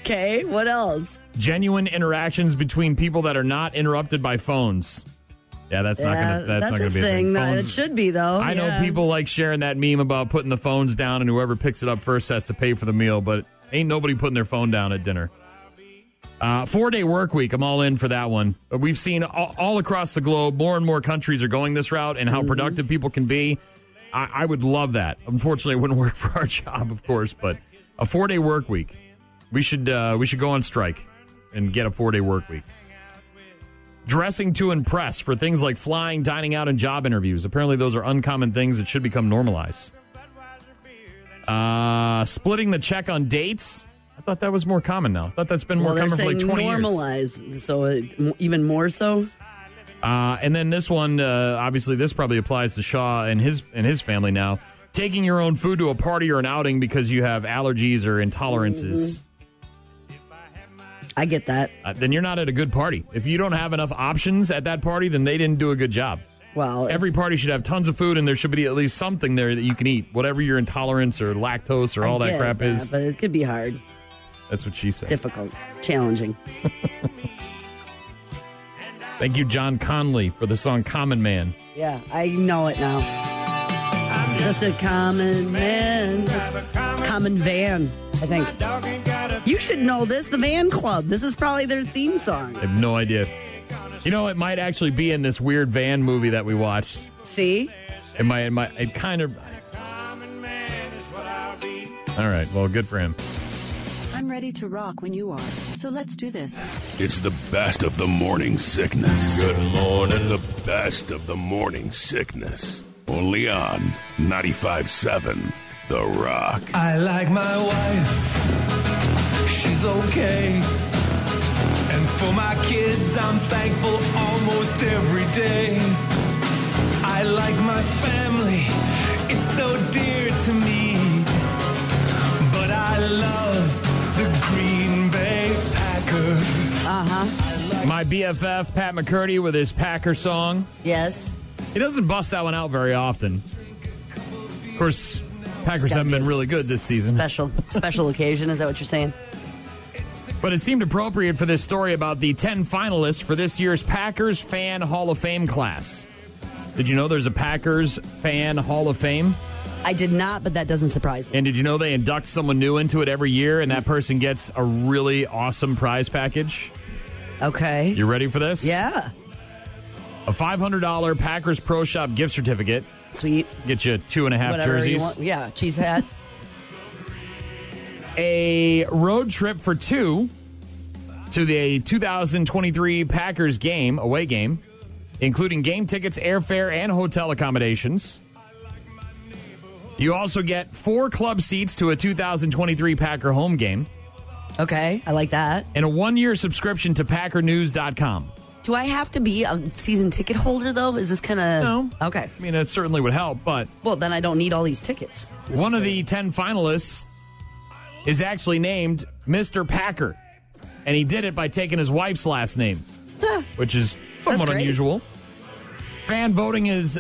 S6: okay. What else?
S4: Genuine interactions between people that are not interrupted by phones. Yeah, that's not
S6: Yeah,
S4: gonna. That's, not
S6: a
S4: gonna be a thing.
S6: thing. that It
S4: Phones-
S6: should be though.
S4: I
S6: Oh, Yeah.
S4: know people like sharing that meme about putting the phones down and whoever picks it up first has to pay for the meal, but ain't nobody putting their phone down at dinner. Uh, four day work week. I'm all in for that one. But We've seen all, all across the globe, more and more countries are going this route and how productive people can be. I, I would love that. Unfortunately, it wouldn't work for our job, of course, but a four day work week. We should, uh, we should go on strike and get a four day work week dressing to impress for things like flying, dining out, and job interviews. Apparently, those are uncommon things that should become normalized. Uh, splitting the check on dates. I thought that was more common now. I thought that's been more
S6: Well, they're
S4: common for like
S6: saying
S4: 20 years.
S6: normalized, so it, m- even more so.
S4: Uh, and then this one, uh, obviously, this probably applies to Shaw and his and his family now. Taking your own food to a party or an outing because you have allergies or intolerances.
S6: Mm-hmm. I get that.
S4: Uh, then you're not at a good party. If you don't have enough options at that party, then they didn't do a good job.
S6: Well,
S4: every party should have tons of food, and there should be at least something there that you can eat, whatever your intolerance or lactose or
S6: I
S4: all that
S6: get
S4: crap is.
S6: but it could be hard,
S4: That's what she said.
S6: difficult, challenging.
S4: Thank you, John Conley, for the song "Common Man."
S6: Yeah, I know it now. I'm just a common man. Common van, I think. You should know this, the Van Club. This is probably their theme song.
S4: I have no idea. You know, it might actually be in this weird van movie that we watched.
S6: See?
S4: It might. It might. It kind of. All right. Well, good for him.
S16: I'm ready to rock when you are. So let's do this.
S2: It's the best of the morning sickness. Good morning. The best of the morning sickness. Only on 95.7 The Rock.
S18: I like my wife. She's okay. And for my kids, I'm thankful almost every day. I like my family. It's so dear to me. But I love the Green Bay Packers.
S6: Uh huh.
S4: My BFF Pat McCurdy with his Packer song.
S6: Yes.
S4: He doesn't bust that one out very often. Of course, Packers haven't been really good this season.
S6: Special, special occasion. Is that what you're saying?
S4: But it seemed appropriate for this story about the 10 finalists for this year's Packers Fan Hall of Fame class. Did you know there's a Packers Fan Hall of Fame?
S6: I did not, but that doesn't surprise me.
S4: And did you know they induct someone new into it every year and that person gets a really awesome prize package?
S6: Okay.
S4: You ready for this?
S6: Yeah.
S4: A $500 Packers Pro Shop gift certificate.
S6: Sweet.
S4: Get you two and a half
S6: Whatever
S4: jerseys.
S6: you want. Yeah, cheese hat.
S4: a road trip for two to the 2023 Packers game, away game, including game tickets, airfare, and hotel accommodations. You also get four club seats to a 2023 Packer home game.
S6: Okay, I like that.
S4: And a one year subscription to PackerNews.com.
S6: Do I have to be a season ticket holder though? Is this kind of no? Okay.
S4: I mean, it certainly would help, but
S6: Well, then I don't need all these tickets.
S4: one of the 10 finalists is actually named Mr. Packer. And he did it by taking his wife's last name, which is somewhat
S6: great.
S4: unusual. Fan voting is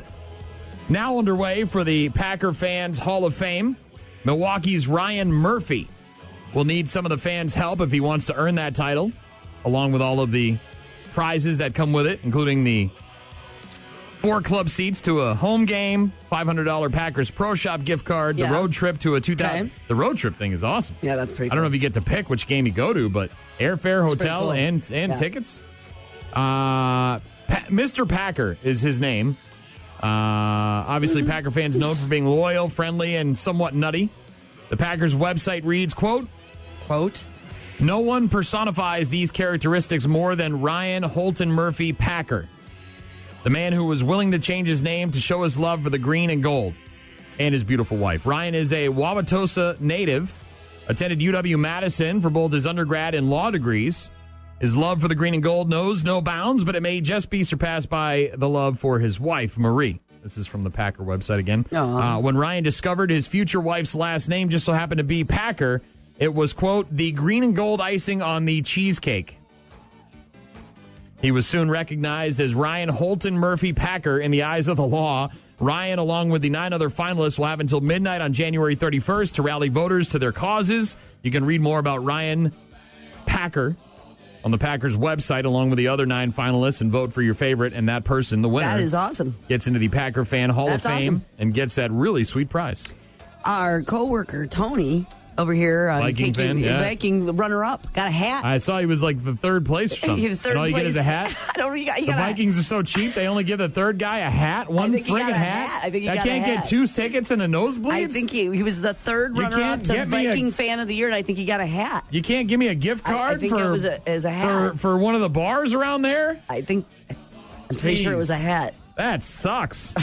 S4: now underway for the Packer Fans Hall of Fame. Milwaukee's Ryan Murphy will need some of the fans' help if he wants to earn that title, along with all of the prizes that come with it, including the four club seats to a home game, five hundred dollar Packers Pro Shop gift card,
S6: Yeah.
S4: the road trip to a two thousand. The road trip thing is awesome.
S6: Yeah, that's pretty.
S4: I don't know if you get to pick which game you go to, but airfare,
S6: It's pretty
S4: hotel,
S6: cool.
S4: and and
S6: Yeah.
S4: tickets. Uh, pa- Mr. Packer is his name. Uh, obviously,
S6: Mm-hmm.
S4: Packer fans known for being loyal, friendly, and somewhat nutty. The Packers website reads, "quote
S6: quote
S4: No one personifies these characteristics more than Ryan Holton Murphy Packer, the man who was willing to change his name to show his love for the green and gold, and his beautiful wife. Ryan is a Wauwatosa native, attended UW Madison for both his undergrad and law degrees." His love for the green and gold knows no bounds, but it may just be surpassed by the love for his wife, Marie. This is from the Packer website again. Uh, when Ryan discovered his future wife's last name just so happened to be Packer, it was, quote, the green and gold icing on the cheesecake. He was soon recognized as Ryan Holton Murphy Packer in the eyes of the law. Ryan, along with the nine other finalists, will have until midnight on January 31st to rally voters to their causes. You can read more about Ryan Packer on the Packers website, along with the other nine finalists, and vote for your favorite. And that person, the winner,
S6: That is awesome.
S4: gets into the Packer Fan Hall
S6: That's
S4: of Fame
S6: awesome.
S4: and gets that really sweet prize.
S6: Our coworker Tony over here on
S4: Viking
S6: KQ,
S4: fan, yeah.
S6: Viking runner up got a hat.
S4: I saw he was like the third place or something.
S6: He was third
S4: and all you
S6: place.
S4: get is a hat.
S6: I don't know. You got, you
S4: the
S6: got a-
S4: Vikings are so cheap; they only give the third guy a hat, one
S6: think he got
S4: friggin'
S6: a
S4: hat.
S6: hat. I think he got a
S4: can't
S6: hat.
S4: get two tickets and a nosebleed.
S6: I think he, he was the third
S4: You
S6: runner up
S4: can't
S6: to
S4: get me a-
S6: Viking fan of the year, and I think he got a hat.
S4: You can't give me a gift
S6: I- I
S4: card
S6: think
S4: for
S6: it was a- is a hat.
S4: for for one of the bars around there.
S6: I think I'm pretty sure it was a hat.
S4: That sucks.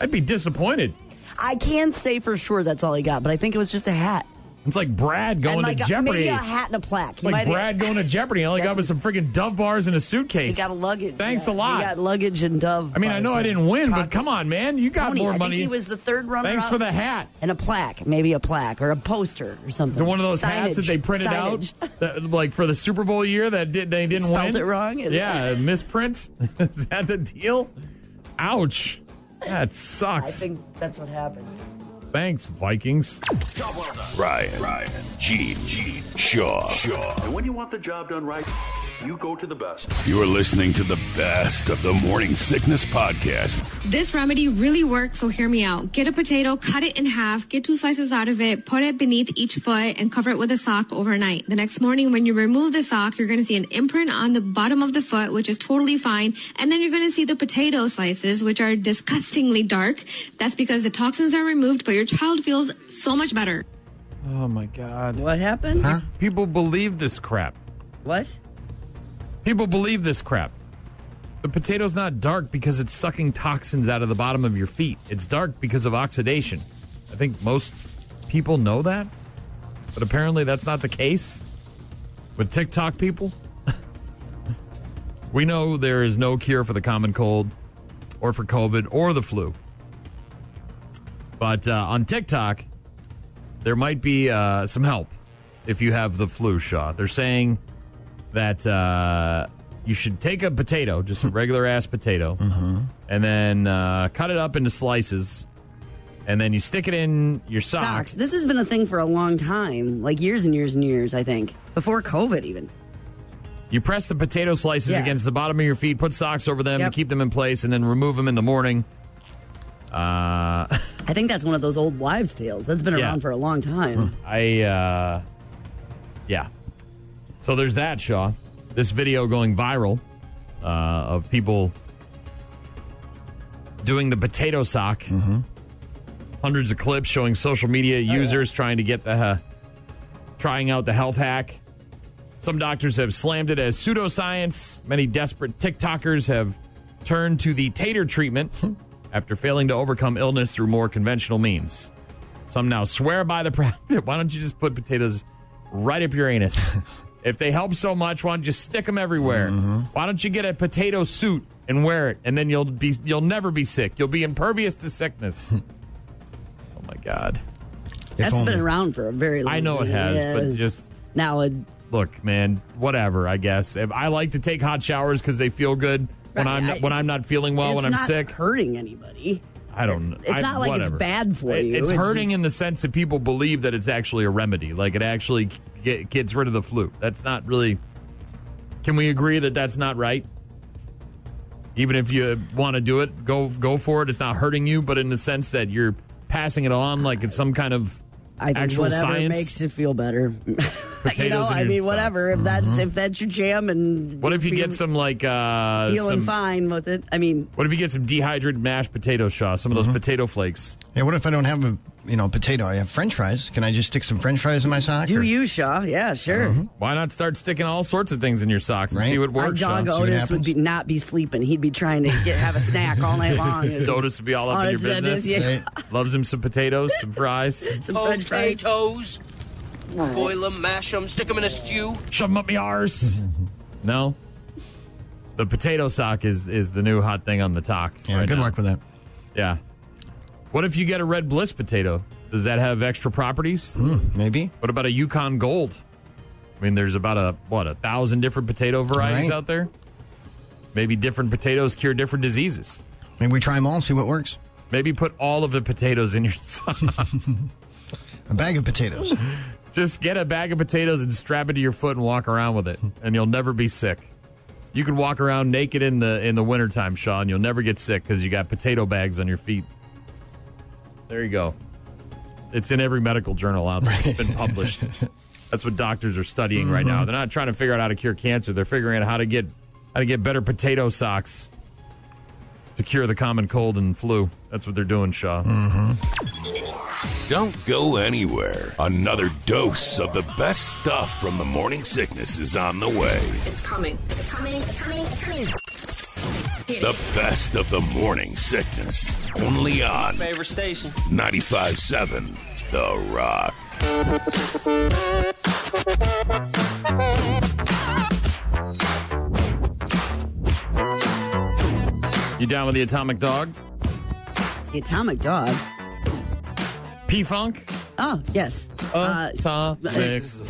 S4: I'd be disappointed.
S6: I can't say for sure that's all he got, but I think it was just a hat.
S4: It's like Brad going
S6: and like
S4: to
S6: a-
S4: Jeopardy.
S6: maybe a hat and a plaque.
S4: It's
S6: He
S4: like
S6: might-
S4: Brad going to Jeopardy. All he got was some freaking Dove bars and a
S6: He
S4: suitcase.
S6: got a luggage.
S4: Thanks
S6: yeah.
S4: a lot.
S6: He got luggage and dove.
S4: I mean, I
S6: bars
S4: know I
S6: and
S4: didn't win,
S6: chocolate.
S4: but come on, man, you got
S6: Tony,
S4: more
S6: I
S4: money.
S6: Think he was the third runner.
S4: Thanks
S6: up.
S4: for the hat.
S6: and a plaque, maybe a plaque or a poster or something.
S4: Is it one of those hats that
S6: Signage.
S4: they printed
S6: Signage.
S4: out, that, like for the Super Bowl year that did, they didn't
S6: Spelled
S4: win?
S6: it wrong? Is it-
S4: yeah, misprint. Is that the deal? Ouch. That
S6: I
S4: sucks.
S6: think that's what happened.
S4: Thanks, Vikings.
S2: Ryan. Ryan. Gene. Gene. Shaw. Shaw.
S3: And when you want the job done right, you go to the best.
S2: You're listening to the best of the Morning Sickness Podcast.
S19: This remedy really works, so hear me out. Get a potato, cut it in half, get two slices out of it, put it beneath each foot, and cover it with a sock overnight. The next morning, when you remove the sock, you're going to see an imprint on the bottom of the foot, which is totally fine. And then you're going to see the potato slices, which are disgustingly dark. That's because the toxins are removed, but your child feels so much better.
S4: Oh my God.
S1: What happened?
S4: People believe this crap.
S1: What?
S4: People believe this crap. The potato's not dark because it's sucking toxins out of the bottom of your feet. It's dark because of oxidation. I think most people know that, but apparently that's not the case with TikTok people. we know there is no cure for the common cold or for COVID or the flu. But uh, on TikTok, there might be uh, some help if you have the flu shot. They're saying that uh, you should take a potato, just a regular ass potato, and then uh, cut it up into slices, and then you stick it in your sock.
S6: Socks. This has been a thing for a long time, like years and years and years. I think before COVID, even.
S4: You press the potato slices
S6: Yeah.
S4: against the bottom of your feet, put socks over them to keep them in place, and then remove them in the morning. Uh,
S6: I think that's one of those old wives' tales that's been
S4: Yeah.
S6: around for a long time.
S4: I, uh, yeah. So there's that, Shaw. This video going viral uh, of people doing the potato sock. Hundreds of clips showing social media users trying to get the, uh, trying out the health hack. Some doctors have slammed it as pseudoscience. Many desperate TikTokers have turned to the tater treatment after failing to overcome illness through more conventional means. Some now swear by the practice. Why don't you just put potatoes right up your anus? If they help so much, why don't you stick them everywhere? Why don't you get a potato suit and wear it, and then you'll be you'll never be sick. You'll be impervious to sickness. oh my God!
S6: That's been around for a very long
S4: I know it
S6: time.
S4: has,
S6: Yeah.
S4: but just
S6: now it.
S4: Look, man, whatever. I guess if I like to take hot showers because they feel good when
S6: Right,
S4: I'm
S6: I-
S4: when I'm not feeling well
S6: it's
S4: Oh, when I'm
S6: not
S4: sick.
S6: hurting anybody.
S4: I don't know.
S6: It's
S4: I-
S6: not like it's
S4: whatever.
S6: bad for
S4: It-
S6: you.
S4: It's,
S6: It's
S4: hurting
S6: just-
S4: in the sense that people believe that it's actually a remedy. Like it actually get, gets rid of the flu. That's not really. Can we agree that that's not right? Even if you want to do it, go go for it. It's not hurting you, but in the sense that you're passing it on like it's some kind of
S6: I think
S4: actual
S6: whatever
S4: science.
S6: makes you feel better. you
S4: Potatoes
S6: know,
S4: in
S6: I
S4: your
S6: mean,
S4: socks. Mm-hmm.
S6: whatever. If that's if that's your jam and
S4: What if you
S6: feel-
S4: get some like uh some,
S6: feeling fine with it, I mean,
S4: What if you get some dehydrated mashed potato sauce? Some of those potato flakes.
S5: Yeah, what if I don't have a you know potato? I have French fries. Can I just stick some French fries in my sock?
S6: do you, Shaw? Yeah, sure.
S4: Why not start sticking all sorts of things in your socks and see what
S6: Our
S4: works?
S6: dog
S4: Sean?
S6: Otis would be, not be sleeping. He'd be trying to get have a snack all night long.
S4: Otis would be all up in your
S6: Otis would have
S4: business.
S6: this, yeah.
S4: Loves him some potatoes, some fries.
S6: Some French
S20: Oh,
S6: fries.
S21: Potatoes. Boil them, mash them, stick them in a stew.
S4: Shove them up my arse. no, the potato sock is is the new hot thing on the talk. Yeah,
S5: good luck with that.
S4: Yeah. What if you get a red bliss potato? Does that have extra properties?
S5: maybe.
S4: What about a Yukon Gold? I mean, there's about a what a thousand different potato varieties
S5: Right.
S4: out there. Maybe different potatoes cure different diseases.
S5: Maybe we try them all and see what works.
S4: Maybe put all of the potatoes in your sauce.
S5: A bag of potatoes.
S4: Mm-hmm. Just get a bag of potatoes and strap it to your foot and walk around with it, and you'll never be sick. You can walk around naked in the in the wintertime, Sean. You'll never get sick because you got potato bags on your feet. There you go. It's in every medical journal out there. It's been published. That's what doctors are studying right now. They're not trying to figure out how to cure cancer. They're figuring out how to get how to get better potato socks to cure the common cold and flu. That's what they're doing, Shaw.
S10: Don't go anywhere. Another dose of the best stuff from the morning sickness is on the way.
S13: Coming. Coming. Coming. Coming.
S10: The best of the morning sickness. Only on
S21: Favorite station.
S10: 95.7 The Rock.
S4: You down with the atomic dog?
S6: The atomic dog.
S4: P Funk?
S6: Oh, yes.
S4: Uh,
S6: Uh,
S4: Atomic uh,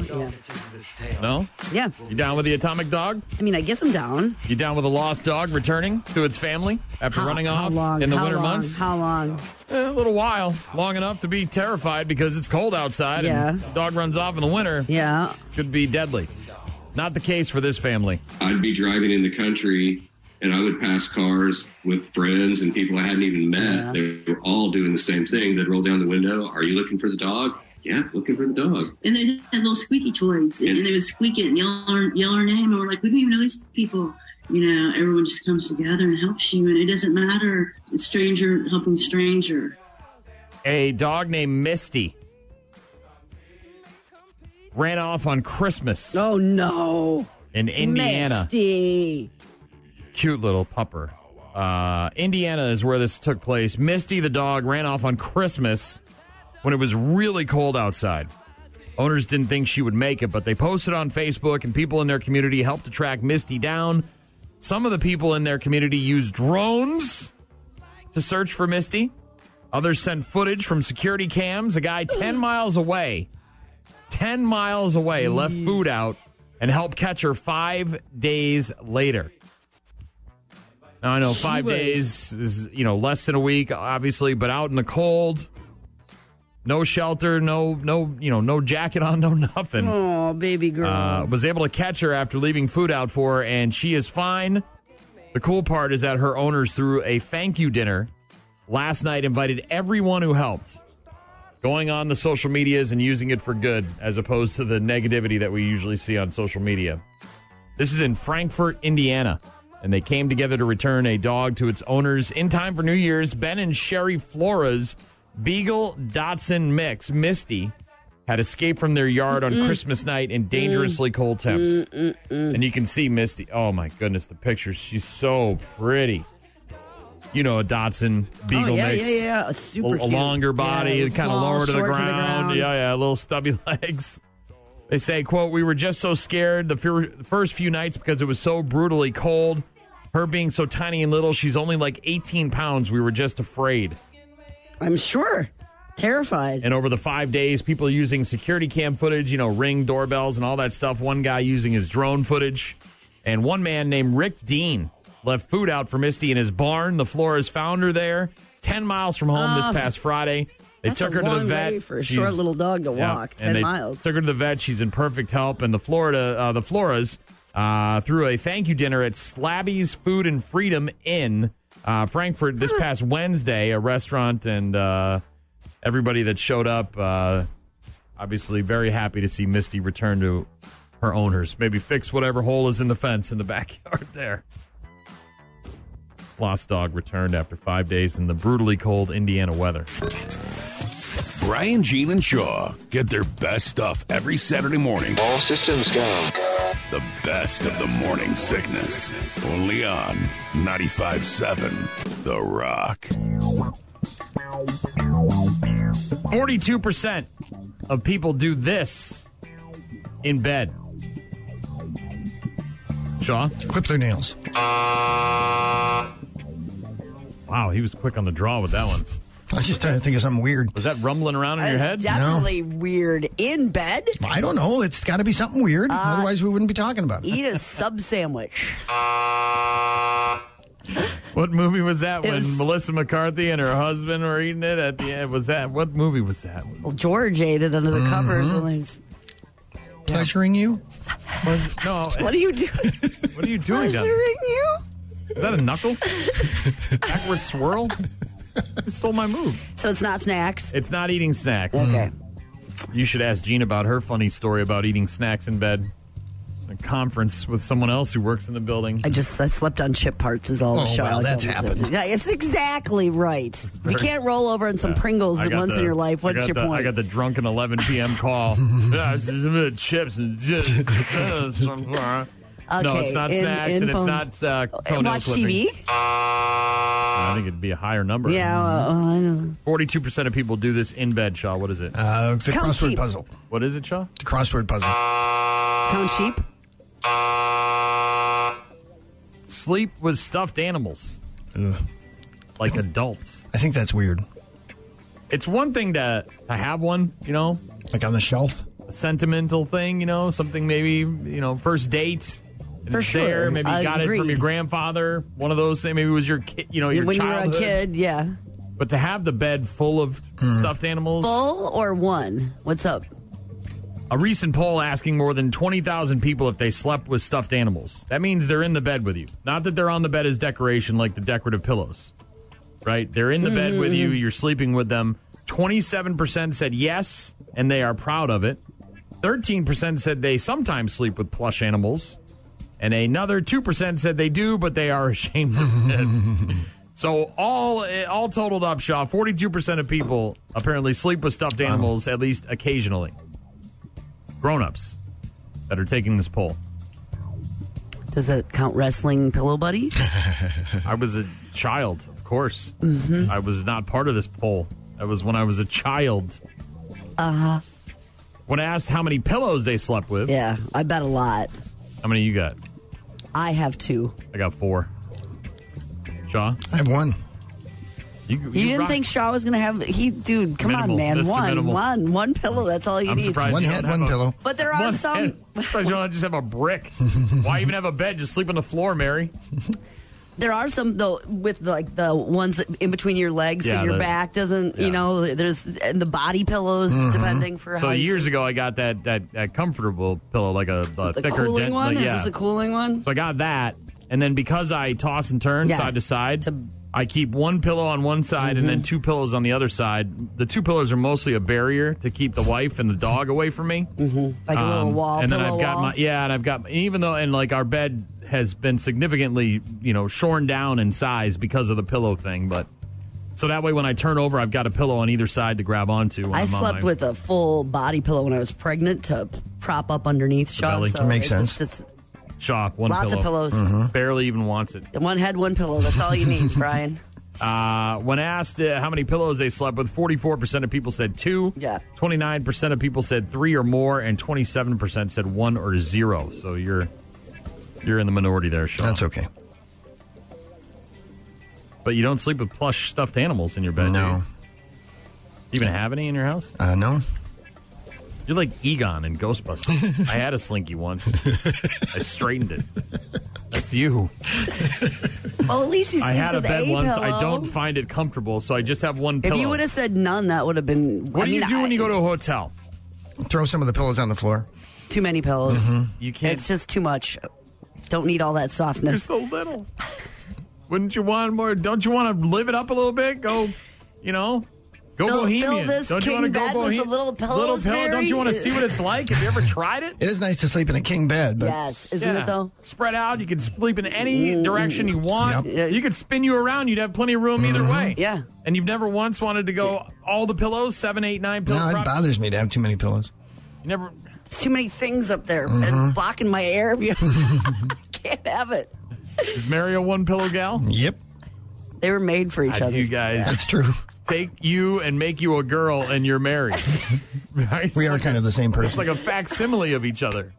S6: dog. Uh, Yeah.
S4: No?
S6: yeah.
S4: You down with the atomic dog?
S6: I mean, I guess I'm down.
S4: You down with a lost dog returning to its family after running
S6: how
S4: off
S6: long,
S4: in the
S6: how
S4: winter
S6: long,
S4: months?
S6: How long?
S4: Eh, a little while, long enough to be terrified because it's cold outside and
S6: Yeah.
S4: dog runs off in the winter.
S6: Yeah.
S4: Could be deadly. Not the case for this family.
S2: I'd be driving in the country and I would pass cars with friends and people I hadn't even met. They were all doing the same thing. They'd roll down the window. Are you looking for the dog? Yeah, looking for the dog.
S20: And they had little squeaky toys, and they would squeak it and yell our, yell our name. And we're like, we don't even know these people. You know, everyone just comes together and helps you, and it doesn't matter. It's stranger helping stranger.
S4: A dog named Misty ran off on Christmas.
S6: Oh no.
S4: In Indiana.
S6: Misty.
S4: cute little pupper. Uh, Indiana is where this took place. Misty the dog ran off on Christmas when it was really cold outside. Owners didn't think she would make it, but they posted on Facebook, and people in their community helped to track Misty down. Some of the people in their community used drones to search for Misty. Others sent footage from security cams. A guy 10 miles away, 10 miles away, left food out and helped catch her five days later. Now, I know
S22: She
S4: five
S22: was-
S4: days is, you know, less than a week, obviously, but out in the cold, no shelter, no, no, you know, no jacket on, no nothing.
S6: Oh, baby girl.
S4: Uh, was able to catch her after leaving food out for her, and she is fine. The cool part is that her owners threw a thank you dinner last night, invited everyone who helped, going on the social medias and using it for good, as opposed to the negativity that we usually see on social media. This is in Frankfort, Indiana, and they came together to return a dog to its owners in time for New Year's. Ben and Sherry Flora's Beagle Dotson mix, Misty, had escaped from their yard on
S22: Mm-mm.
S4: Christmas night in dangerously
S6: Mm.
S4: cold temps. And you can see Misty. Oh my goodness, the picture. She's so pretty. You know, a Dotson Beagle
S6: oh, yeah,
S4: mix.
S6: Yeah, yeah, It's
S4: A-
S6: super
S4: a,
S6: cute.
S4: longer body,
S6: Yeah,
S4: kind of
S6: small,
S4: lower to the,
S6: short
S4: ground. Yeah, yeah, little stubby legs. They say, quote, we were just so scared the fir- first few nights because it was so brutally cold. Her being so tiny and little, she's only like 18 pounds. We were just afraid.
S6: I'm sure. Terrified.
S4: And over the five days, people using security cam footage, you know, ring doorbells and all that stuff. One guy using his drone footage. And one man named Rick Dean left food out for Misty in his barn. The Flores found her there, 10 miles from home
S6: Oh.
S4: this past Friday. They
S6: That's
S4: took
S6: a
S4: her to
S6: long
S4: the vet.
S6: way for a
S4: She's-
S6: short little dog to walk,
S4: and
S6: 10
S4: they
S6: miles.
S4: Took her to the vet. She's in perfect health. And the Florida, uh, the Floras, uh, threw a thank you dinner at Slabby's Food and Freedom Inn, uh, Frankfurt, this past Wednesday. A restaurant, and uh, everybody that showed up, uh, obviously very happy to see Misty return to her owners. Maybe fix whatever hole is in the fence in the backyard there. Lost dog returned after five days in the brutally cold Indiana weather.
S10: Brian, Gene, and Shaw get their best stuff every Saturday morning. All systems go. The best of the morning sickness. Only on 95.7 The Rock.
S4: 42% of people do this in bed. Shaw?
S5: Clip their nails.
S4: Wow, he was quick on the draw with that one.
S5: I was just trying to think of something weird.
S4: Was that rumbling around in your head?
S5: No.
S23: Definitely weird in bed.
S5: I don't know. It's got to be something weird.
S23: Uh,
S5: Otherwise, we wouldn't be talking about it.
S23: Eat a sub sandwich.
S4: What movie was that
S23: It
S4: when
S23: was-
S4: Melissa McCarthy and her husband were eating it at the end? Was that what movie was that?
S6: Well, George ate it under the
S4: Mm-hmm.
S6: covers when he was
S5: pleasuring you.
S4: no,
S6: what are you doing?
S4: What are you doing? down there?
S6: pleasuring you?
S4: Is that a knuckle? Backward swirl? It stole my move.
S6: So it's not snacks.
S4: It's not eating snacks.
S6: Okay.
S4: You should ask Jean about her funny story about eating snacks in bed. A conference with someone else who works in the building.
S6: I just I slept on chip parts is all.
S4: Oh,
S6: Shaw
S4: well, that's
S6: told me.
S4: happened.
S6: Yeah, it's exactly right. you can't roll over in some
S4: Yeah.
S6: Pringles
S4: I got
S6: once
S4: the-
S6: in your life.
S4: I
S6: What's
S4: got
S6: your
S4: the-
S6: point?
S4: I got the drunken 11 p.m. call. yeah, it's just a bit of chips and just, uh, some- uh. no,
S6: Okay,
S4: it's not
S6: in-
S4: snacks
S6: in
S4: and
S6: phone-
S4: it's not uh,
S6: Uh,
S4: toenail
S6: watch
S4: clipping.
S6: TV?
S4: I think it'd be a higher number.
S6: Yeah, uh, well, I don't-
S4: Forty-two percent of people do this in bed. Shaw, what is it?
S5: Uh, the
S6: Count
S5: crossword
S6: sheep.
S5: puzzle.
S4: What is it, Shaw?
S5: The crossword puzzle.
S6: Count uh, sheep.
S4: Sleep with stuffed animals,
S5: Ugh.
S4: like adults.
S5: I think that's weird.
S4: it's one thing to, to have one, you know,
S5: like on the shelf,
S4: a sentimental thing, you know, something maybe you know, first date. and
S6: For
S4: it's there.
S6: sure.
S4: maybe you got it from
S6: Agreed.
S4: your grandfather. One of those things. Maybe it was your kid, you know, your
S6: when
S4: childhood.
S6: you were a kid, yeah.
S4: But to have the bed full of stuffed animals.
S6: Full or one? What's up?
S4: A recent poll asking more than twenty thousand people if they slept with stuffed animals. That means they're in the bed with you. Not that they're on the bed as decoration, like the decorative pillows. Right? They're in the bed with you. You're sleeping with them. Twenty-seven percent said yes, and they are proud of it. Thirteen percent said they sometimes sleep with plush animals, and another two percent said they do, but they are ashamed of it. So all all totaled up, Shaw, forty-two percent of people apparently sleep with stuffed animals at least occasionally grown-ups that are taking this poll.
S6: Does that count wrestling pillow buddy?
S4: I was a child, of course.
S6: Mhm.
S4: I was not part of this poll. That was when I was a child.
S6: Uh huh.
S4: When asked how many pillows they slept with,
S6: Yeah, I bet a lot.
S4: how many you got?
S6: I have two.
S4: I got four. Shaw,
S5: I have one.
S4: you,
S6: You, didn't
S4: rock-
S6: think Shaw was gonna have? He, dude, come
S4: Minimal.
S6: on, man.
S4: Mr.
S6: One,
S4: Minimal.
S6: one, one pillow. That's all you
S4: I'm
S6: need.
S4: surprised you don't have a-
S6: But there are
S4: One
S6: some.
S4: head. I'm surprised you don't just have a brick. Why even have a bed? Just sleep on the floor, Mary.
S6: There are some though with like the ones that in between your legs,
S4: Yeah,
S6: so your
S4: the-
S6: back doesn't.
S4: yeah. Mm-hmm.
S6: You know, there's and the body pillows depending for
S4: So
S6: how you
S4: years ago, I got that that, that comfortable pillow, like a, a
S6: the
S4: thicker
S6: cooling
S4: dent-
S6: one.
S4: like- yeah.
S6: Is this a cooling one?
S4: So I got that, and then because I toss and turn
S6: Yeah.
S4: side to side, I keep one pillow on one side and
S6: Mm-hmm.
S4: then two pillows on the other side. The two pillows are mostly a barrier to keep the wife and the dog away from me, mm-hmm.
S6: Like a little wall,
S4: And then
S6: pillow
S4: I've got
S6: wall.
S4: my yeah, and I've got even though and like our bed has been significantly you know shorn down in size because of the pillow thing, but. So that way, when I turn over, I've got a pillow on either side to grab onto. When
S6: I
S4: I'm on
S6: slept
S4: my-
S6: with a full body pillow when I was pregnant to prop up underneath Shaw.
S4: belly.
S6: So
S4: Makes
S6: it
S4: sense.
S6: Just, just
S4: Shaw, one
S6: Lots of
S4: pillow. Mm-hmm.
S6: pillows. Mhm.
S4: Barely even wants it.
S6: one head, one pillow. That's all you need, Brian.
S4: Uh, when asked uh, how many pillows they slept with, 44% of people said two.
S6: Yeah.
S4: 29% of people said three or more, and 27% said one or zero. So you're you're in the minority there, Sean. That's
S5: okay.
S4: But you don't sleep with plush stuffed animals in your bed, no. Do you? You even have any in your house?
S5: Uh, no.
S4: You're like Egon in Ghostbusters. I had a slinky once. I straightened it. That's you.
S24: Well, at least you
S4: I
S24: sleeps
S4: had a
S24: with
S4: bed once.
S24: pillow.
S4: I don't find it comfortable, so I just have one
S6: If
S4: pillow.
S6: you would have said none, that would have been.
S4: what do you do when you go to a hotel?
S5: Throw some of the pillows on the floor.
S6: Too many pillows.
S4: You can't.
S6: It's just too much. Don't need all that softness.
S4: You're so little. Wouldn't you want more? Don't you want to live it up a little bit? Go, you know, go
S6: Fill-
S4: bohemian.
S6: fill this
S4: don't you
S6: king
S4: want to go
S6: bed with
S4: bohemian?
S6: the little
S4: Little
S6: pillows,
S4: pillow. Don't
S6: Barry?
S4: you want to see what it's like? Have you ever tried it?
S5: It is nice to sleep in a king bed, but
S4: Yeah. Spread out. You can sleep in any direction you want. You could spin you around. You'd have plenty of room either way.
S6: Mm-hmm. Yeah.
S4: And you've never once wanted to go all the pillows, seven, eight, nine
S5: no,
S4: pillows.
S5: it bothers me to have too many pillows.
S4: You never.
S6: It's too many things up there
S5: Mhm.
S4: Mm-hmm.
S6: and blocking my air. I can't have it.
S4: Is Mary a one pillow gal?
S5: Yep.
S6: They were made for each
S4: God,
S6: other.
S4: You guys. That's
S5: true.
S4: Take you and make you a girl, and you're married. right?
S5: We are kind of the same
S4: It's
S5: person.
S4: like a facsimile of each other.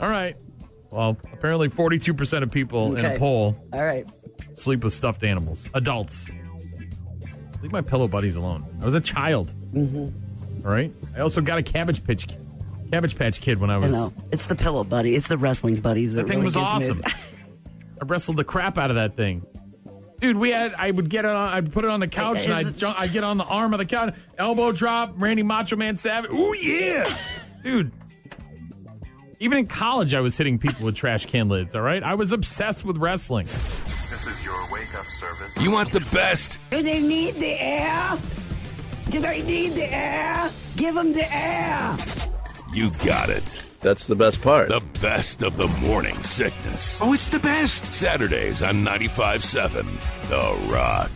S4: All right. Well, apparently 42% of people in a
S6: Okay.
S4: poll
S6: All right.
S4: sleep with stuffed animals. Adults. Leave my pillow buddies alone. I was a child.
S6: Mm-hmm.
S4: All right. I also got a cabbage pitch, cabbage patch kid when I
S6: I
S4: was.
S6: know. It's the pillow buddy. It's the wrestling buddies
S4: That
S6: that
S4: thing was
S6: really gets me.
S4: awesome. I wrestled the crap out of that thing. Dude, we had. I would get it on. I'd put it on the couch, and I'd, jump, I'd get on the arm of the couch, elbow drop, Randy Macho Man Savage. Ooh yeah, dude. Even in college, I was hitting people with trash can lids. All right, I was obsessed with wrestling.
S2: This is your wake up service.
S10: You want the best?
S24: Do they need the air? Do they need the air? Give them the air.
S10: You got it. That's the best part. The best of the morning sickness. Oh, it's the best. Saturdays on 95.7, The Rock.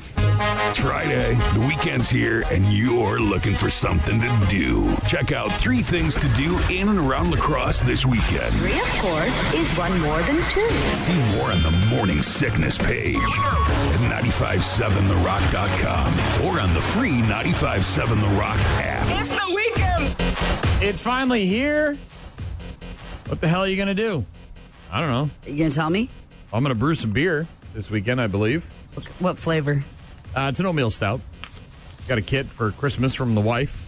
S10: It's Friday, the weekend's here, and you're looking for something to do. Check out three things to do in and around lacrosse this weekend.
S13: Three, of course, is one more than two.
S10: See more on the morning sickness page at 957therock.com or on the free 957 The Rock app.
S13: It's the weekend.
S4: It's finally here. What the hell are you gonna do? I don't know.
S6: You gonna tell me
S4: I'm gonna brew some beer this weekend, I believe.
S6: what flavor?
S4: Uh, it's an oatmeal stout. Got a kit for Christmas from the wife.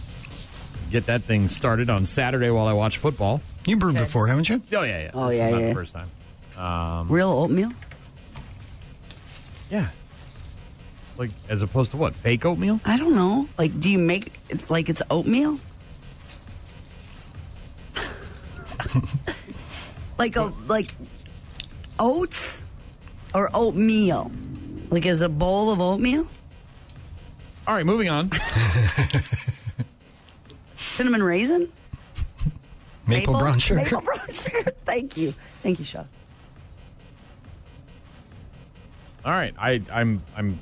S4: Get that thing started on Saturday while I watch football.
S5: You brewed before, haven't you?
S4: Oh yeah, yeah.
S6: Oh,
S4: This is
S6: yeah,
S4: not
S6: yeah.
S4: The first time. Um,
S6: Real oatmeal?
S4: Yeah. Like as opposed to what? Fake oatmeal?
S6: I don't know. Like, do you make it like it's oatmeal? like a like oats or oatmeal? Like is a bowl of oatmeal?
S4: All right, moving on.
S6: Cinnamon raisin?
S5: Maple, brown sugar.
S6: Maple brown sugar. Thank you. Thank you, Sean.
S4: All right, I, I'm I'm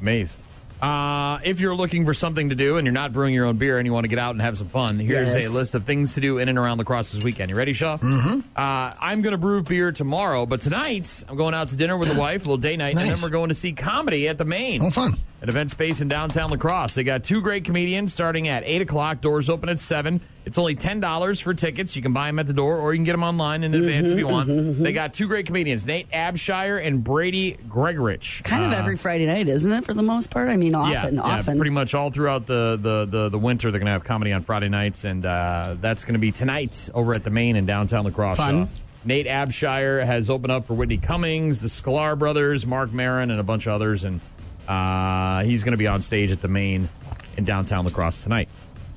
S4: amazed. Uh, if you're looking for something to do and you're not brewing your own beer and you want to get out and have some fun, here's
S10: Yes.
S4: a list of things to do in and around lacrosse this weekend. You ready, Shaw? Mm-hmm. Uh, I'm going to brew beer tomorrow, but tonight I'm going out to dinner with the wife, a little day night, and then
S10: Nice.
S4: we're going to see comedy at the Main. Oh,
S5: fun!
S4: An event space in downtown lacrosse. They got two great comedians starting at eight o'clock. Doors open at seven. It's only ten dollars for tickets. You can buy them at the door, or you can get them online in advance if you want. They got two great comedians, Nate Abshire and Brady Gregorich.
S6: Kind of
S4: Uh,
S6: every Friday night, isn't it? For the most part. I mean, often,
S4: yeah, yeah,
S6: often.
S4: pretty much all throughout the, the, the, the winter, they're going to have comedy on Friday nights, and uh, that's going to be tonight over at the Main in downtown Lacrosse.
S6: Fun.
S4: Uh, Nate Abshire has opened up for Whitney Cummings, the Sklar brothers, Mark Marin, and a bunch of others, and uh, he's going to be on stage at the Main in downtown Lacrosse tonight.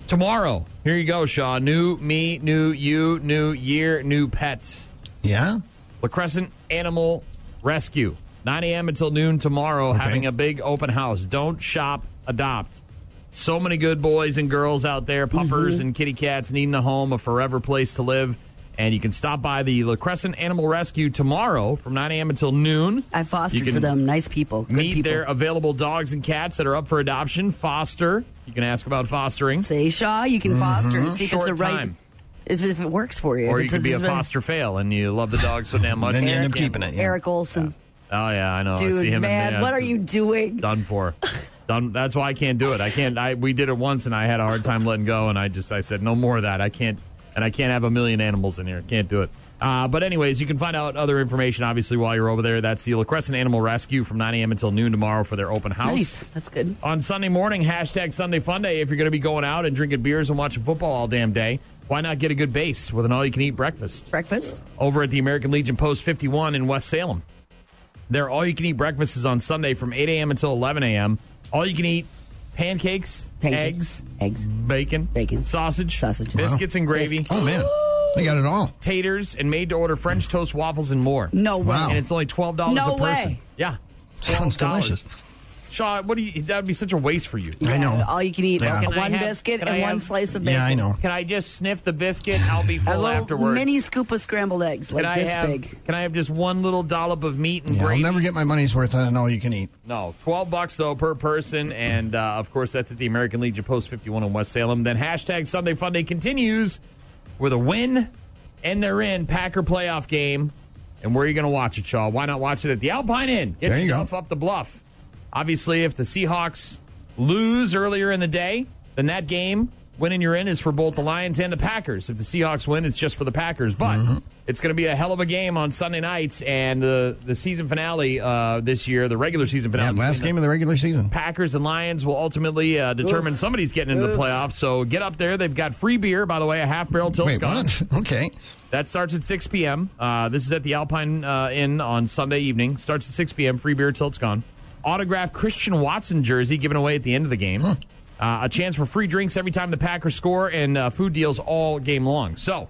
S4: Tomorrow, here you go, Shaw. New me, new you, new year, new pet.
S5: Yeah.
S4: La Crescent Animal Rescue. 9 a.m. until noon tomorrow, having a big open house. Don't shop, adopt. So many good boys and girls out there, puppers and kitty cats needing a home, a forever place to live. And you can stop by the La Crescent Animal Rescue tomorrow from 9 a.m. until noon.
S6: I fostered
S4: You can
S6: for them. Nice people. Good
S4: Meet
S6: people.
S4: their available dogs and cats that are up for adoption. Foster. You can ask about fostering.
S6: Say, Shaw, you can foster and see if
S4: Mm-hmm. Short
S6: it's a right.
S4: time.
S6: If, if it works for you.
S4: Or you
S6: if it's
S4: could be a
S6: it's been-
S4: foster fail and you love the dog so damn much.
S5: Then you
S4: you
S5: end up
S4: can't-
S5: keeping it.
S6: Eric Olson.
S4: Oh yeah, I know. I see
S1: Dude,
S4: him
S1: man,
S4: in,
S1: what are you doing?
S4: done for? done. That's why I can't do it. I can't. I we did it once and I had a hard time letting go, and I just I said no more of that. I can't, and I can't have a million animals in here. Can't do it. Uh, but anyways, you can find out other information obviously while you're over there. That's the La Crescent Animal Rescue from 9 a.m. until noon tomorrow for their open house.
S1: Nice. That's good.
S4: On Sunday morning, hashtag Sunday Fun Day. If you're going to be going out and drinking beers and watching football all damn day, why not get a good base with an all you can eat breakfast?
S1: Breakfast?
S4: Over at the American Legion Post 51 in West Salem. Their all you can eat breakfast is on Sunday from 8 a.m. until 11 a.m. All you can eat pancakes,
S5: Pancakes,
S4: eggs, eggs, bacon, bacon, sausage, sausage, biscuits and gravy.
S5: Oh man, they got it all.
S4: Taters and made to order French toast, waffles, and more.
S1: No way.
S4: And it's only twelve dollars
S1: No
S4: a person.
S1: way.
S4: Yeah.
S5: Sounds delicious.
S4: Shaw, what do you? That would be such a waste for you.
S5: I know.
S1: All you can eat
S4: Yeah.
S1: like
S4: Can I
S1: one
S4: have-
S1: biscuit
S4: can
S1: and
S4: I
S1: one
S4: have-
S1: slice of bacon.
S4: Yeah, I know. Can I just sniff the biscuit? I'll be
S1: A
S4: full
S1: little
S4: afterwards.
S1: mini scoop of scrambled eggs, like
S4: can I
S1: this
S4: have,
S1: big.
S4: Can I have just one little dollop of meat and
S5: Yeah, I'll
S4: gravy?
S5: never get my money's worth on an all you can eat.
S4: No, twelve bucks though per person, and uh, of course that's at the American Legion Post fifty one in West Salem. Then hashtag Sunday Fun Day continues with a win, and they're in Packer playoff game. And where are you going to watch it, Shaw? Why not watch it at the Alpine Inn? Get
S5: There you go.
S4: yourself up the bluff. Obviously, if the Seahawks lose earlier in the day, then that game winning your in is for both the Lions and the Packers. If the Seahawks win, it's just for the Packers. But
S5: Mm-hmm.
S4: it's going to be a hell of a game on Sunday nights, and the the season finale uh, this year, the regular season finale.
S5: Yeah, last game of the regular season.
S4: Packers and Lions will ultimately uh, determine
S5: Oof.
S4: somebody's getting into the
S5: Oof.
S4: playoffs. So get up there. They've got free beer, by the way, a half barrel till it's
S5: Wait,
S4: gone.
S5: what? Okay.
S4: That starts at 6 p.m. Uh, this is at the Alpine uh, Inn on Sunday evening. Starts at 6 p.m. Free beer till it's gone. Autographed Christian Watson jersey given away at the end of the game. Uh, a chance for free drinks every time the Packers score and uh, food deals all game long. So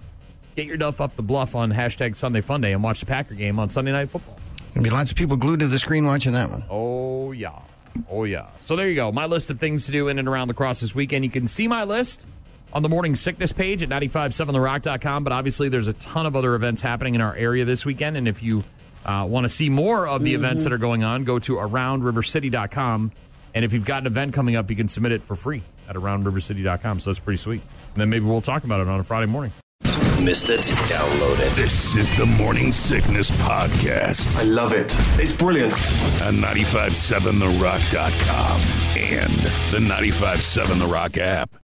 S4: get your duff up the bluff on hashtag Sunday Fun Day and watch the Packer game on Sunday Night Football.
S5: Gonna be lots of people glued to the screen watching that one.
S4: Oh, yeah. Oh, yeah. So there you go. My list of things to do in and around lacrosse this weekend. You can see my list on the morning sickness page at 957therock.com. But obviously, there's a ton of other events happening in our area this weekend. And if you uh, want to see more of the events that are going on, go to aroundrivercity.com. And if you've got an event coming up, you can submit it for free at aroundrivercity.com. So that's pretty sweet. And then maybe we'll talk about it on a Friday morning.
S2: Missed it? Download it. This is the Morning Sickness Podcast. I love it. It's brilliant. On 957therock.com and the 957 The Rock app.